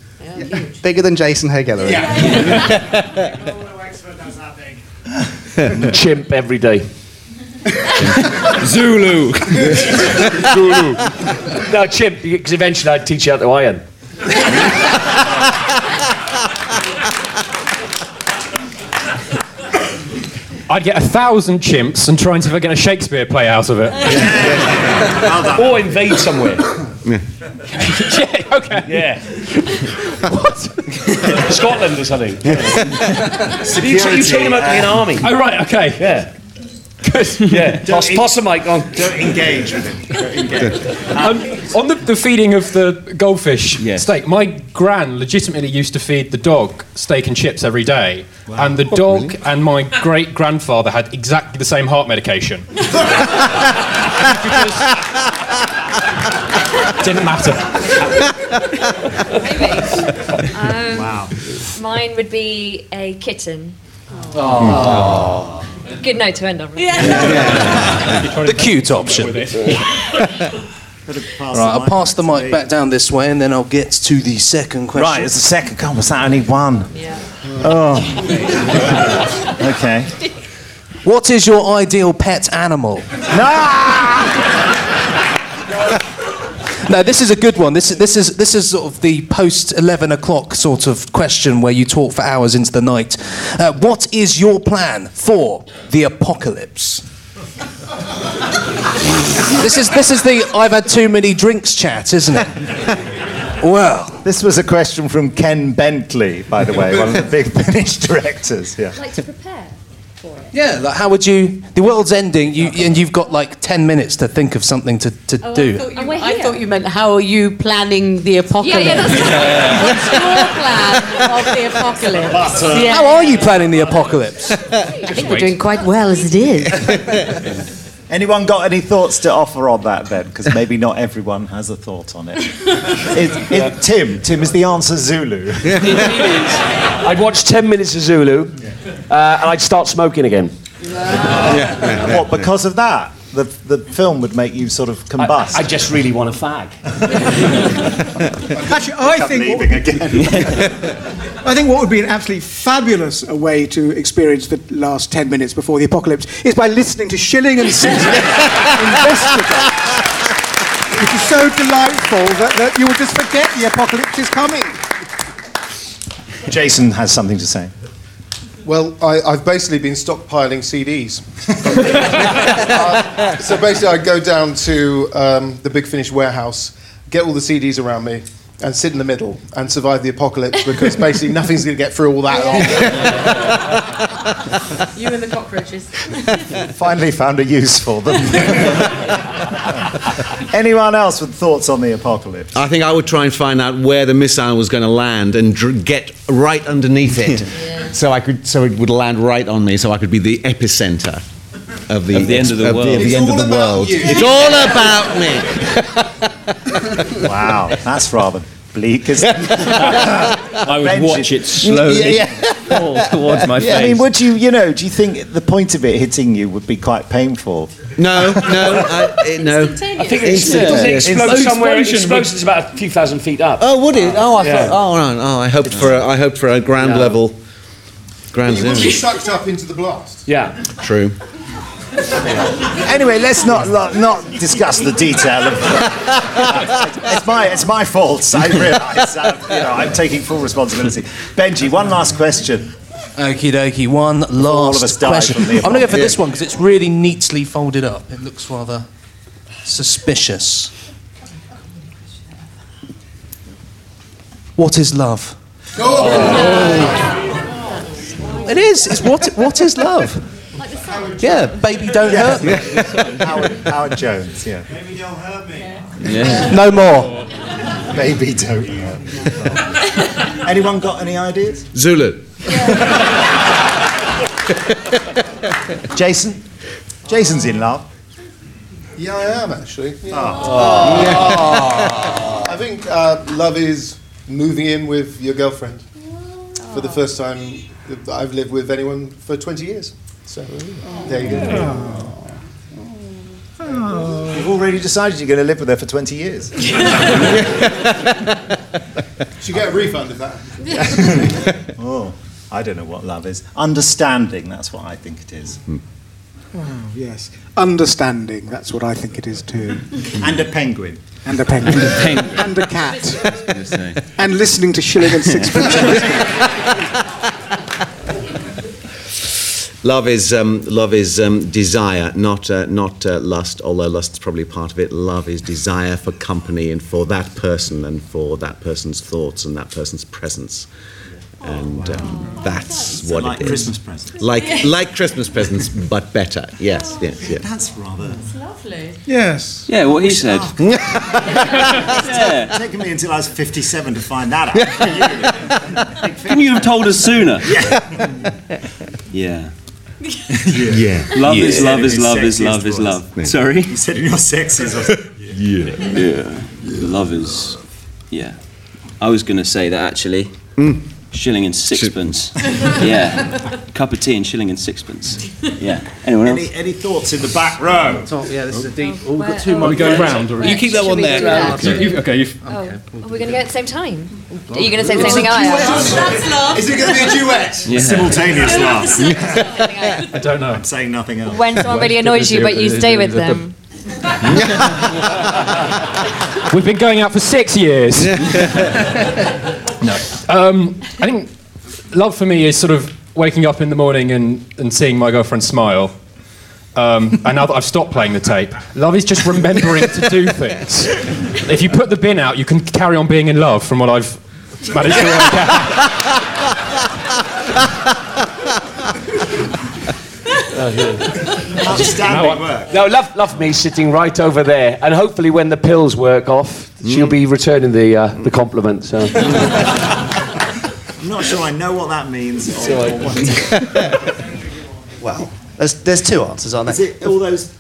[SPEAKER 15] Bigger than Jason Hagellery.
[SPEAKER 13] Chimp every day.
[SPEAKER 11] Zulu.
[SPEAKER 13] Zulu. No, chimp, because eventually I'd teach you how to iron.
[SPEAKER 16] I'd get a thousand chimps and try and see if I get a Shakespeare play out of it.
[SPEAKER 13] or invade somewhere.
[SPEAKER 16] yeah, okay.
[SPEAKER 13] Yeah. what? Scotland or something. You, t- you train them up to be an army.
[SPEAKER 16] Oh, right, okay.
[SPEAKER 13] Yeah. yeah. Toss, toss a mic on.
[SPEAKER 10] Don't engage with him. Don't engage.
[SPEAKER 16] Um, on the, the feeding of the goldfish steak, my gran legitimately used to feed the dog steak and chips every day. And
[SPEAKER 10] Oh,
[SPEAKER 16] the dog and my great grandfather had exactly the same heart medication. Didn't matter.
[SPEAKER 18] Um,
[SPEAKER 16] Wow.
[SPEAKER 18] Mine would be a kitten.
[SPEAKER 3] Aw.
[SPEAKER 18] Good note to end on. really.
[SPEAKER 3] the cute option. right, I'll pass the mic back down this way, and then I'll get to the second question.
[SPEAKER 5] Right, it's the second. God, was that only one? Yeah. Oh. okay.
[SPEAKER 3] What is your ideal pet animal? No, this is a good one. This is this is this is sort of the post eleven o'clock sort of question where you talk for hours into the night. Uh, what is your plan for the apocalypse? this is this is the I've had too many drinks chat, isn't it? Well,
[SPEAKER 5] this was a question from Ken Bentley, by the way, one of the big Finnish directors. Yeah.
[SPEAKER 18] Like to prepare for it.
[SPEAKER 3] Yeah, like how would you? The world's ending, you, and you've got like ten minutes to think of something to, to
[SPEAKER 4] Oh, I,
[SPEAKER 3] do.
[SPEAKER 4] thought you, I thought you meant how are you planning the apocalypse? What's your plan of the apocalypse? Yeah.
[SPEAKER 3] How are you planning the apocalypse?
[SPEAKER 4] I think we're doing quite well as it is.
[SPEAKER 5] Anyone got any thoughts to offer on that then? Because maybe not everyone has a thought on it. Is- is- Tim, Tim is the answer Zulu.
[SPEAKER 13] I'd watch 10 minutes of Zulu uh, and I'd start smoking again.
[SPEAKER 5] what? Because of that, the the film would make you sort of combust.
[SPEAKER 13] I just really want a fag.
[SPEAKER 7] Actually, I think what
[SPEAKER 5] leaving again.
[SPEAKER 7] I think what would be an absolutely fabulous uh, way to experience the last 10 minutes before the apocalypse is by listening to Shilling and Caesar investigate. It is so delightful that, that you will just forget the apocalypse is coming.
[SPEAKER 5] Jason has something to say.
[SPEAKER 6] Well, I, I've basically been stockpiling CDs. Uh, so basically, I go down to um, the Big Finish warehouse, get all the CDs around me, and sit in the middle and survive the apocalypse because basically nothing's going to get through all that long.
[SPEAKER 22] you and the cockroaches.
[SPEAKER 5] Finally found a use for them. Anyone else with thoughts on the apocalypse?
[SPEAKER 8] I think I would try and find out where the missile was going to land and dr- get right underneath it, so I could, so it would land right on me, so I could be the epicenter of the,
[SPEAKER 23] Of the end of the
[SPEAKER 8] of
[SPEAKER 23] world.
[SPEAKER 8] The, of
[SPEAKER 23] It's
[SPEAKER 8] the end of
[SPEAKER 23] all
[SPEAKER 8] the
[SPEAKER 23] about
[SPEAKER 8] world.
[SPEAKER 23] you.
[SPEAKER 8] It's all about me.
[SPEAKER 5] wow, that's rather bleak. Isn't it?
[SPEAKER 23] I would watch it slowly
[SPEAKER 5] Yeah,
[SPEAKER 23] fall towards my
[SPEAKER 5] Yeah, I mean,
[SPEAKER 23] face.
[SPEAKER 5] would you, you know, do you think the point of it hitting you would be quite painful?
[SPEAKER 8] No, no, I, uh, no.
[SPEAKER 13] I think it should
[SPEAKER 5] Yeah.
[SPEAKER 13] explode
[SPEAKER 5] Explosion
[SPEAKER 13] somewhere. It
[SPEAKER 5] would-
[SPEAKER 13] explodes it's about a few thousand feet up.
[SPEAKER 8] Oh, would it? Oh, I
[SPEAKER 13] Yeah.
[SPEAKER 8] thought. Oh, no, oh, I hoped for. A, I hoped for a ground level. Ground
[SPEAKER 2] You will
[SPEAKER 8] zero.
[SPEAKER 2] be sucked up into the blast.
[SPEAKER 13] Yeah.
[SPEAKER 8] True.
[SPEAKER 5] Anyway, let's not not, not discuss the detail of. it's my it's my fault. I realise. I'm, you know, I'm taking full responsibility. Benji, one last question.
[SPEAKER 3] Okie dokie, one last
[SPEAKER 5] all of us die
[SPEAKER 3] question.
[SPEAKER 5] from the
[SPEAKER 3] I'm going to go for
[SPEAKER 5] apocalypse.
[SPEAKER 3] this one because it's really neatly folded up. It looks rather suspicious. What is love? It is. It's what, what is love? Yeah, baby don't hurt me.
[SPEAKER 5] Howard, Howard Jones. Yeah.
[SPEAKER 3] No more.
[SPEAKER 5] Baby don't Anyone got any ideas?
[SPEAKER 8] Zulu.
[SPEAKER 5] Jason. Jason's in love.
[SPEAKER 6] Yeah, I am actually. Yeah.
[SPEAKER 2] Ah.
[SPEAKER 5] Oh.
[SPEAKER 6] Yeah. I think uh, love is moving in with your girlfriend for the first time that I've lived with anyone for 20 years. So there you go. Oh.
[SPEAKER 5] You've already decided you're going to live with her for 20 years.
[SPEAKER 2] Should you get a refund of that?
[SPEAKER 5] oh, I don't know what love is. Understanding, that's what I think it is.
[SPEAKER 12] Wow, Oh, yes. Understanding, that's what I think it is too.
[SPEAKER 5] And a penguin.
[SPEAKER 12] And a penguin.
[SPEAKER 5] And a penguin.
[SPEAKER 12] And a cat.
[SPEAKER 5] gonna say.
[SPEAKER 12] and listening to Shilling and Sixpence.
[SPEAKER 8] Love is um, love is um, desire, not uh, not uh, lust. Although lust's probably part of it. Love is desire for company and for that person and for that person's thoughts and that person's presence. And um, that's
[SPEAKER 10] So
[SPEAKER 8] what
[SPEAKER 10] like
[SPEAKER 8] it is.
[SPEAKER 10] Christmas presents.
[SPEAKER 8] Like like Christmas presents, but better. Yes, yes, yes.
[SPEAKER 10] That's rather.
[SPEAKER 22] Lovely.
[SPEAKER 10] Yes.
[SPEAKER 8] Yeah, what he said.
[SPEAKER 10] It's taken me until I was 57 to find that out.
[SPEAKER 23] Can you have told us sooner? Yeah.
[SPEAKER 8] Yeah.
[SPEAKER 23] Love
[SPEAKER 10] You
[SPEAKER 23] is
[SPEAKER 10] said
[SPEAKER 23] love
[SPEAKER 10] in
[SPEAKER 23] is
[SPEAKER 10] your
[SPEAKER 23] love is
[SPEAKER 10] sexiest
[SPEAKER 23] love is
[SPEAKER 10] voice.
[SPEAKER 23] love.
[SPEAKER 10] Yeah.
[SPEAKER 23] Sorry?
[SPEAKER 10] You said in your sexiest voice.
[SPEAKER 23] Yeah. Yeah. Love is. Yeah. I was going to say that actually. Shilling and sixpence. yeah. Cup of tea and shilling and sixpence. Yeah. Anyone else?
[SPEAKER 10] Any, any thoughts in the back row? yeah, this is a deep.
[SPEAKER 23] Oh, we've got two Are we going mics. round, or- You keep that
[SPEAKER 18] Should
[SPEAKER 23] one
[SPEAKER 18] we
[SPEAKER 23] there.
[SPEAKER 18] do that?
[SPEAKER 23] Okay. You- okay, you've-
[SPEAKER 18] Oh, are we going to go at the same time? Are you going to say the same thing
[SPEAKER 10] It's a
[SPEAKER 18] I am?
[SPEAKER 10] duet. That's love. Is it gonna be a duet? Yeah. Simultaneous laugh.
[SPEAKER 16] I don't know. I'm
[SPEAKER 10] saying nothing else.
[SPEAKER 18] When someone really annoys you, but you stay with them.
[SPEAKER 16] We've been going out for six years. no. Um, I think love for me is sort of waking up in the morning and, and seeing my girlfriend smile. Um, and now that I've stopped playing the tape, love is just
[SPEAKER 8] oh.
[SPEAKER 16] remembering to do things. If you put the bin out, you can carry on being in love, from what I've managed to work out.
[SPEAKER 10] Outstanding
[SPEAKER 13] No,
[SPEAKER 10] work.
[SPEAKER 13] No, love, love me sitting right over there, and hopefully when the pills work off, she'll be returning the uh, the compliment. So.
[SPEAKER 10] I'm not sure I know what that means. or- or what it is.
[SPEAKER 15] Well, there's, there's two answers, aren't there?
[SPEAKER 10] Is it all those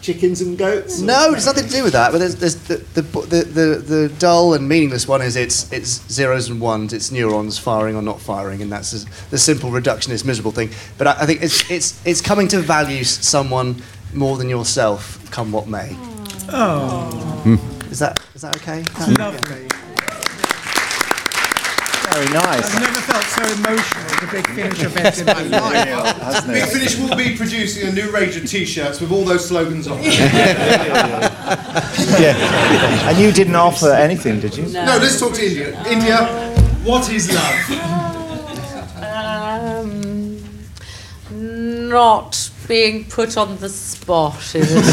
[SPEAKER 10] chickens and goats?
[SPEAKER 15] No, it's nothing to do with that. But there's, there's the, the, the, the, the dull and meaningless one is it's, it's zeros and ones, it's neurons firing or not firing, and that's the simple reductionist miserable thing. But I, I think it's, it's, it's coming to value s- someone more than yourself, come what may.
[SPEAKER 12] oh.
[SPEAKER 15] Hmm. Is that, is that okay?
[SPEAKER 12] That's lovely.
[SPEAKER 5] Very nice.
[SPEAKER 12] I've never felt so emotional at a big Finnish event in my life.
[SPEAKER 5] hasn't
[SPEAKER 2] Big
[SPEAKER 5] it?
[SPEAKER 2] Finish will be producing a new range of T-shirts with all those slogans on.
[SPEAKER 5] yeah. And you didn't offer anything, did you?
[SPEAKER 2] No, let's talk to India. India, what is love?
[SPEAKER 4] Um, not being put on the spot is it?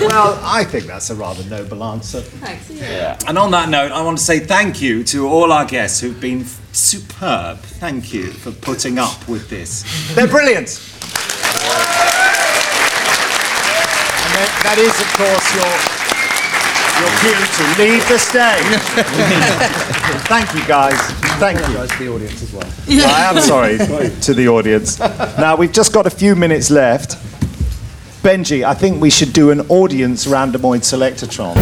[SPEAKER 4] well, I think that's a rather noble answer.
[SPEAKER 24] Thanks.
[SPEAKER 4] And on that note, I want to say thank you to all our guests who've been f- superb. Thank you for putting up with this. They're brilliant. And that- that is, of course, your, your cue to leave the stage. thank you, guys. Thank you.
[SPEAKER 25] Guys, the audience as well.
[SPEAKER 5] I am sorry to the audience. Now, we've just got a few minutes left. Benji, I think we should do an audience randomoid selectatron.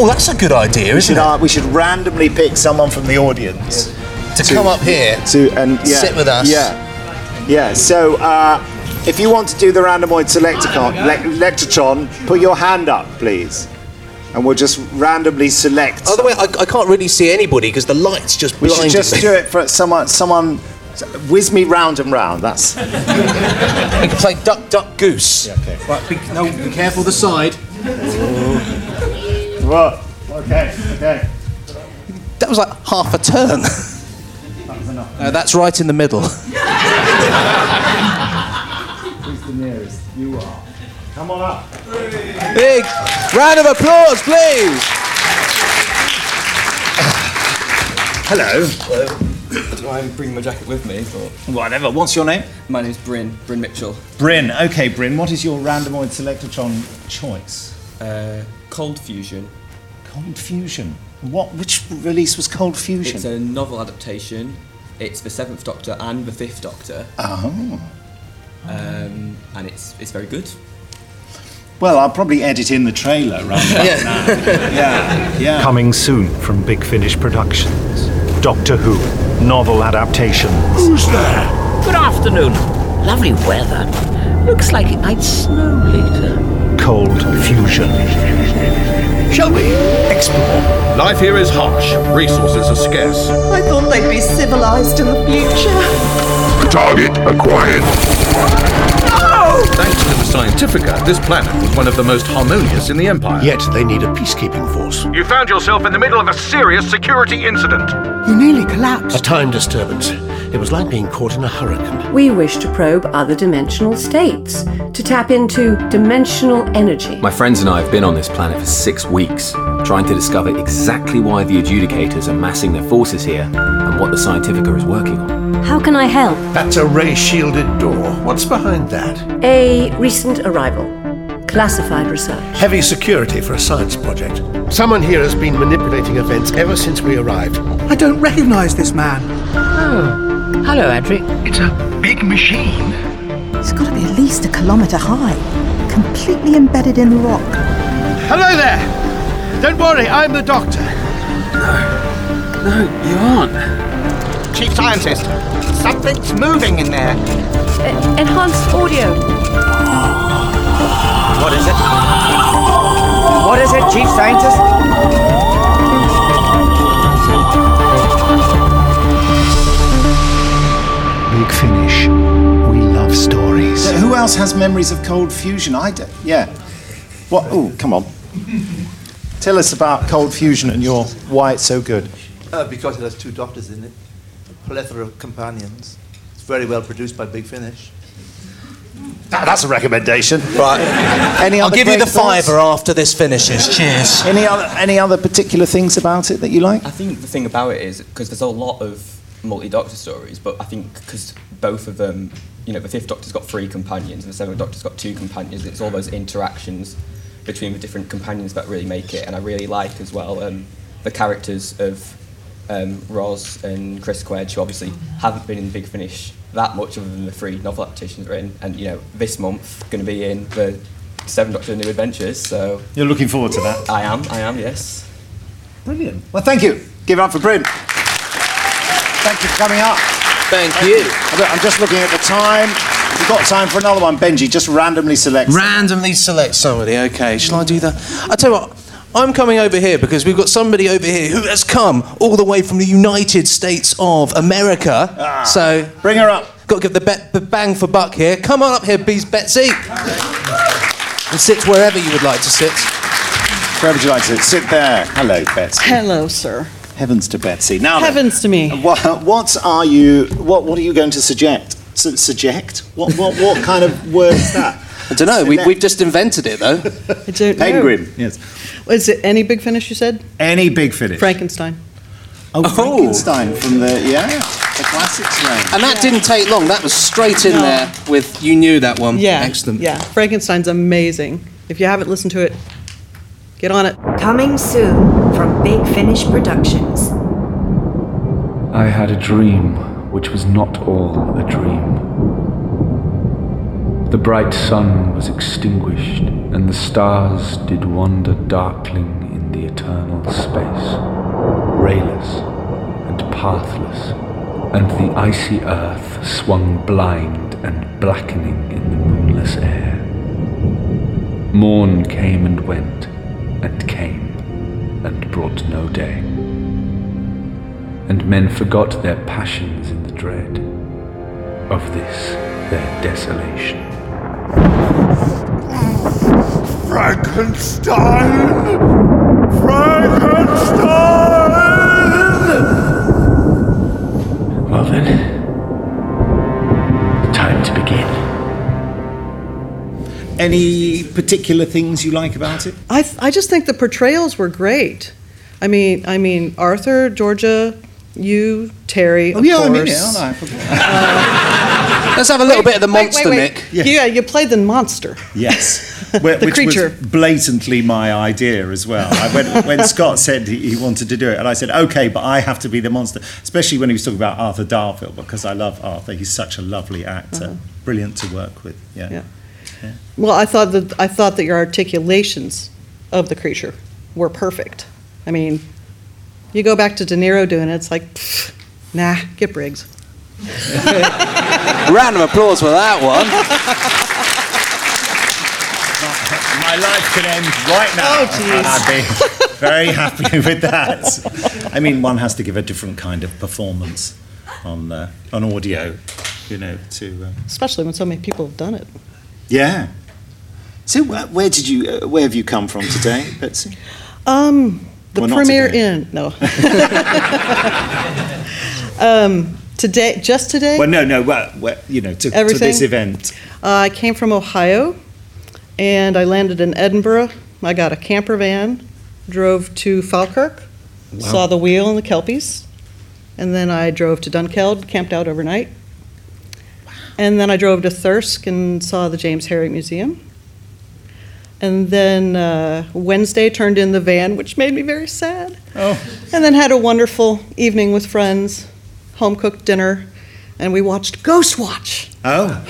[SPEAKER 3] Oh, that's a good idea,
[SPEAKER 5] we
[SPEAKER 3] isn't
[SPEAKER 5] should,
[SPEAKER 3] it?
[SPEAKER 5] uh, we should randomly pick someone from the audience
[SPEAKER 3] To come up here,
[SPEAKER 5] to and yeah,
[SPEAKER 3] sit with us.
[SPEAKER 5] Yeah, yeah. So, uh, if you want to do the randomoid selecticon, le- electrotron, put your hand up, please, and we'll just randomly select.
[SPEAKER 3] By the way, I, I can't really see anybody because the light's just
[SPEAKER 5] We should
[SPEAKER 3] blinding
[SPEAKER 5] just
[SPEAKER 3] me.
[SPEAKER 5] do it for someone. Someone, whiz me round and round. That's.
[SPEAKER 3] We can play duck, duck, goose. Right, be, no, be careful the side. Oh.
[SPEAKER 5] What? Okay, okay.
[SPEAKER 3] That was like half a turn. No, that's right in the middle.
[SPEAKER 5] Who's the nearest? You are. Come on up.
[SPEAKER 3] Big round of applause, please.
[SPEAKER 4] Hello.
[SPEAKER 26] Do I bring my jacket with me? Or?
[SPEAKER 4] Whatever. What's your name?
[SPEAKER 26] My name's Bryn, Bryn Mitchell.
[SPEAKER 4] Bryn. Okay, Bryn. What is your randomoid selectatron choice?
[SPEAKER 26] Uh, Cold Fusion.
[SPEAKER 5] Cold Fusion. What? Which release was Cold Fusion?
[SPEAKER 26] It's a novel adaptation. It's the Seventh Doctor and the Fifth Doctor.
[SPEAKER 5] Oh.
[SPEAKER 26] Um, and it's it's very good.
[SPEAKER 5] Well, I'll probably edit in the trailer round about
[SPEAKER 26] Yeah.
[SPEAKER 5] now. Yeah. Yeah.
[SPEAKER 27] Coming soon from Big Finish Productions. Doctor Who, novel adaptation.
[SPEAKER 8] Who's there? Good afternoon. Lovely weather. Looks like it might snow later.
[SPEAKER 27] Cold Fusion.
[SPEAKER 8] Shall we?
[SPEAKER 27] Explore.
[SPEAKER 7] Life here is harsh, resources are scarce.
[SPEAKER 1] I thought they'd be civilized in the future.
[SPEAKER 7] Target acquired. Thanks to the Scientifica, this planet was one of the most harmonious in the Empire. Yet they need a peacekeeping force.
[SPEAKER 6] You found yourself in the middle of a serious security incident.
[SPEAKER 1] You nearly collapsed.
[SPEAKER 6] A time disturbance. It was like being caught in a hurricane.
[SPEAKER 9] We wish to probe other dimensional states to tap into dimensional energy.
[SPEAKER 13] My friends and I have been on this planet for six weeks, trying to discover exactly why the adjudicators are massing their forces here and what the Scientifica is working on.
[SPEAKER 9] How can I help?
[SPEAKER 6] That's a ray shielded door. What's behind that?
[SPEAKER 9] A recent arrival. Classified research.
[SPEAKER 6] Heavy security for a science project. Someone here has been manipulating events ever since we arrived.
[SPEAKER 1] I don't recognize this man. Oh.
[SPEAKER 6] Hello, Adric.
[SPEAKER 1] It's a big machine. It's got to be at least a kilometer high, completely embedded in rock.
[SPEAKER 6] Hello there! Don't worry, I'm the doctor.
[SPEAKER 1] No, you aren't.
[SPEAKER 6] Chief scientist, something's moving in there.
[SPEAKER 9] enhanced audio.
[SPEAKER 6] What is it? What is it, Chief Scientist?
[SPEAKER 27] Big Finish. We love stories.
[SPEAKER 5] So who else has memories of Cold Fusion? I do. Yeah. What? Oh, come on. Tell us about Cold Fusion and your why it's so good.
[SPEAKER 15] Uh, because it has two doctors in it, a plethora of companions. It's very well produced by Big Finish.
[SPEAKER 5] Ah, that's a recommendation.
[SPEAKER 3] Right.
[SPEAKER 5] Any
[SPEAKER 3] I'll
[SPEAKER 5] other
[SPEAKER 3] give you
[SPEAKER 5] great
[SPEAKER 3] the
[SPEAKER 5] thoughts?
[SPEAKER 3] fiver after this finishes. Cheers.
[SPEAKER 5] Any other any other particular things about it that you like?
[SPEAKER 26] I think the thing about it is because there's a lot of multi-doctor stories, but I think because both of them, you know, the fifth doctor's got three companions and the seventh doctor's got two companions. It's all those interactions between the different companions that really make it, and I really like as well um, the characters of um, Roz and Chris Quedge, who obviously haven't been in Big Finish that much other than the three novel adaptations they're in, and you know, this month going to be in the Seven Doctor New Adventures. So
[SPEAKER 5] you're looking forward to that.
[SPEAKER 26] I am. I am. Yes.
[SPEAKER 5] Brilliant. Well, thank you. Give it up for Bryn. Thank you for coming up.
[SPEAKER 3] Thank, you.
[SPEAKER 5] I'm just looking at the time. We've got time for another one. Benji, just randomly select.
[SPEAKER 3] Randomly select somebody. Okay, shall I do that? I tell you what. I'm coming over here because we've got somebody over here who has come all the way from the United States of America. so
[SPEAKER 5] Ah. bring her up.
[SPEAKER 3] Got to give the, bet the bang for buck here. Come on up here, Beast Betsy, and sit wherever you would like to sit.
[SPEAKER 5] Where would you like to sit? Sit there. Hello, Betsy.
[SPEAKER 28] Hello, sir.
[SPEAKER 5] Heavens to Betsy. Now, then,
[SPEAKER 28] Heavens to me.
[SPEAKER 5] what, what are you? What What are you going to suggest? Su- suggest? What What What kind of word is that?
[SPEAKER 3] I don't know. We, we've just invented it, though.
[SPEAKER 1] I don't know.
[SPEAKER 5] Penguin, yes.
[SPEAKER 1] Is it any big finish you said?
[SPEAKER 5] Any big finish.
[SPEAKER 1] Frankenstein.
[SPEAKER 5] Oh, Frankenstein from the, yeah, the classics range.
[SPEAKER 3] And that didn't take long. That was straight in
[SPEAKER 1] No.
[SPEAKER 3] there with you knew that one.
[SPEAKER 1] Yeah.
[SPEAKER 3] Excellent.
[SPEAKER 1] Yeah. Frankenstein's amazing. If you haven't listened to it, get on it.
[SPEAKER 26] Coming soon from Big Finish Productions.
[SPEAKER 10] I had a dream which was not all a dream. The bright sun was extinguished, and the stars did wander darkling in the eternal space, rayless and pathless, and the icy earth swung blind and blackening in the moonless air. Morn came and went, and came, and brought no day and men forgot their passions in the dread of this their desolation.
[SPEAKER 7] Frankenstein! Frankenstein!
[SPEAKER 10] Well then, time to begin.
[SPEAKER 5] Any particular things you like about it?
[SPEAKER 1] I, th- I just think the portrayals were great. I mean, I mean Arthur, Georgia, you, Terry.
[SPEAKER 5] Oh,
[SPEAKER 1] of
[SPEAKER 5] yeah, I
[SPEAKER 1] course.
[SPEAKER 5] mean, yeah, I know, I
[SPEAKER 3] Let's have a little bit of the monster, Nick.
[SPEAKER 5] Yeah.
[SPEAKER 1] Yeah, you played the monster.
[SPEAKER 5] Yes. Wh-
[SPEAKER 1] The
[SPEAKER 5] Which
[SPEAKER 1] creature.
[SPEAKER 5] was blatantly my idea as well. I, when, when Scott said he, he wanted to do it, and I said, okay, but I have to be the monster, especially when he was talking about Arthur Darville, because I love Arthur. He's such a lovely actor,
[SPEAKER 1] Uh-huh.
[SPEAKER 5] brilliant to work with. Yeah.
[SPEAKER 1] Well, I thought that I thought that your articulations of the creature were perfect. I mean, you go back to De Niro doing it, it's like, pfft, nah, get Briggs.
[SPEAKER 3] Round of applause for that one.
[SPEAKER 5] My life could end right now.
[SPEAKER 6] Oh,
[SPEAKER 5] and I'd be very happy with that. I mean, one has to give a different kind of performance on, uh, on audio, you know, to. Uh,
[SPEAKER 1] Especially when so many people have done it.
[SPEAKER 5] yeah. So, wh- where did you, uh, where have you come from today, Betsy?
[SPEAKER 1] Um, the
[SPEAKER 5] Well, not
[SPEAKER 1] Premier
[SPEAKER 5] today.
[SPEAKER 1] Inn. No. um, today, just today.
[SPEAKER 5] Well, no, no, well, well, you know, to, to this
[SPEAKER 1] Everything?
[SPEAKER 5] event.
[SPEAKER 1] Uh, I came from Ohio, and I landed in Edinburgh. I got a camper van, drove to Falkirk, saw the wheel and the Kelpies, and then I drove to Dunkeld, camped out overnight. And then I drove to Thirsk and saw the James Herrick Museum. And then uh, Wednesday turned in the van, which made me very sad.
[SPEAKER 5] Oh.
[SPEAKER 1] And then had a wonderful evening with friends, home cooked dinner, and we watched Ghost Watch.
[SPEAKER 5] Oh.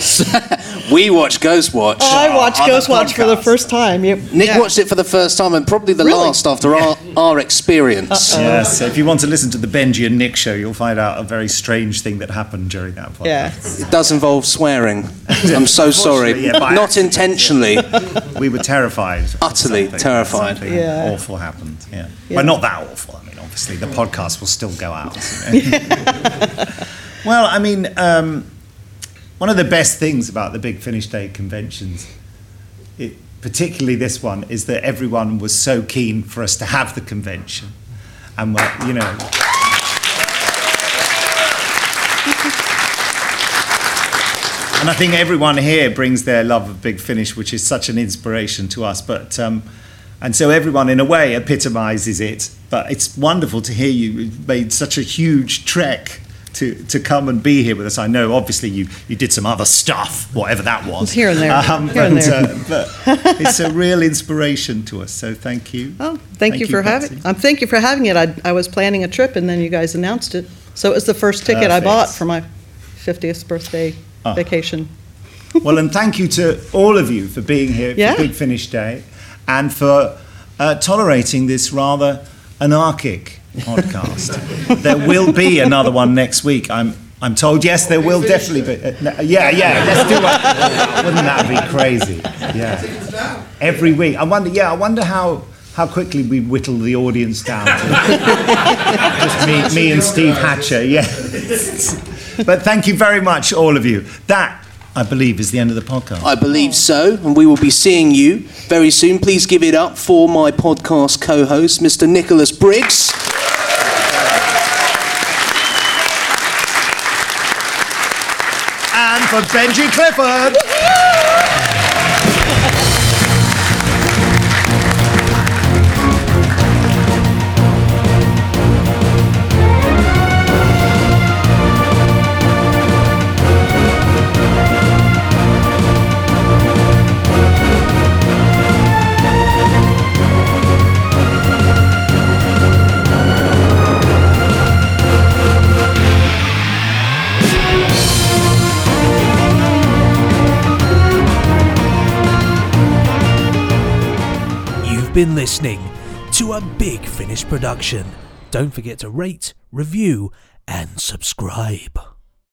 [SPEAKER 3] we watched Ghost Watch.
[SPEAKER 1] I watched Ghost Watch for the first time. Yep.
[SPEAKER 3] Nick watched it for the first time and probably the last after our, our experience.
[SPEAKER 5] Yes, so if you want to listen to the Benji and Nick show, you'll find out a very strange thing that happened during that podcast.
[SPEAKER 1] Yeah.
[SPEAKER 3] It does involve swearing. I'm so sorry.
[SPEAKER 5] yeah, by
[SPEAKER 3] Not intentionally.
[SPEAKER 5] We were terrified.
[SPEAKER 3] Utterly
[SPEAKER 5] Something-
[SPEAKER 3] terrified.
[SPEAKER 5] something
[SPEAKER 1] Yeah.
[SPEAKER 5] Awful happened. Yeah.
[SPEAKER 1] Yeah.
[SPEAKER 5] Well, not that awful. I mean, obviously, the podcast will still go out. you know. well, I mean, um, one of the best things about the Big Finish Day conventions, it, particularly this one, is that everyone was so keen for us to have the convention. And, we're, you know, And I think everyone here brings their love of Big Finish, which is such an inspiration to us. But um, and so everyone, in a way, epitomises it. But it's wonderful to hear you made such a huge trek to to come and be here with us. I know, obviously, you you did some other stuff, whatever that was,
[SPEAKER 1] Here and there. Here
[SPEAKER 5] but,
[SPEAKER 1] and there.
[SPEAKER 5] Uh, but it's a real inspiration to us. So thank you.
[SPEAKER 1] Oh, thank, you, for having. Um, thank you for having it. I, I was planning a trip, and then you guys announced it. So it was the first ticket I
[SPEAKER 5] Perfect.
[SPEAKER 1] bought for my 50th birthday
[SPEAKER 5] Ah.
[SPEAKER 1] vacation.
[SPEAKER 5] well, and thank you to all of you for being here
[SPEAKER 1] Yeah.
[SPEAKER 5] for Big Finish Day and for uh, tolerating this rather anarchic podcast. there will be another one next week. I'm I'm told. Yes, there will definitely be. Uh, no, yeah, yeah. Let's do one. Wouldn't that be crazy? Yeah. Every week. I wonder. Yeah, I wonder how. How quickly we whittle the audience down to just me, me and Steve Hatcher, yeah. But thank you very much, all of you. That, I believe, is the end of the podcast.
[SPEAKER 3] I believe so, and we will be seeing you very soon. Please give it up for my podcast co host, Mr. Nicholas Briggs.
[SPEAKER 5] And for Benji Clifford.
[SPEAKER 3] You've been listening to a Big Finish production. Don't forget to rate, review, and subscribe.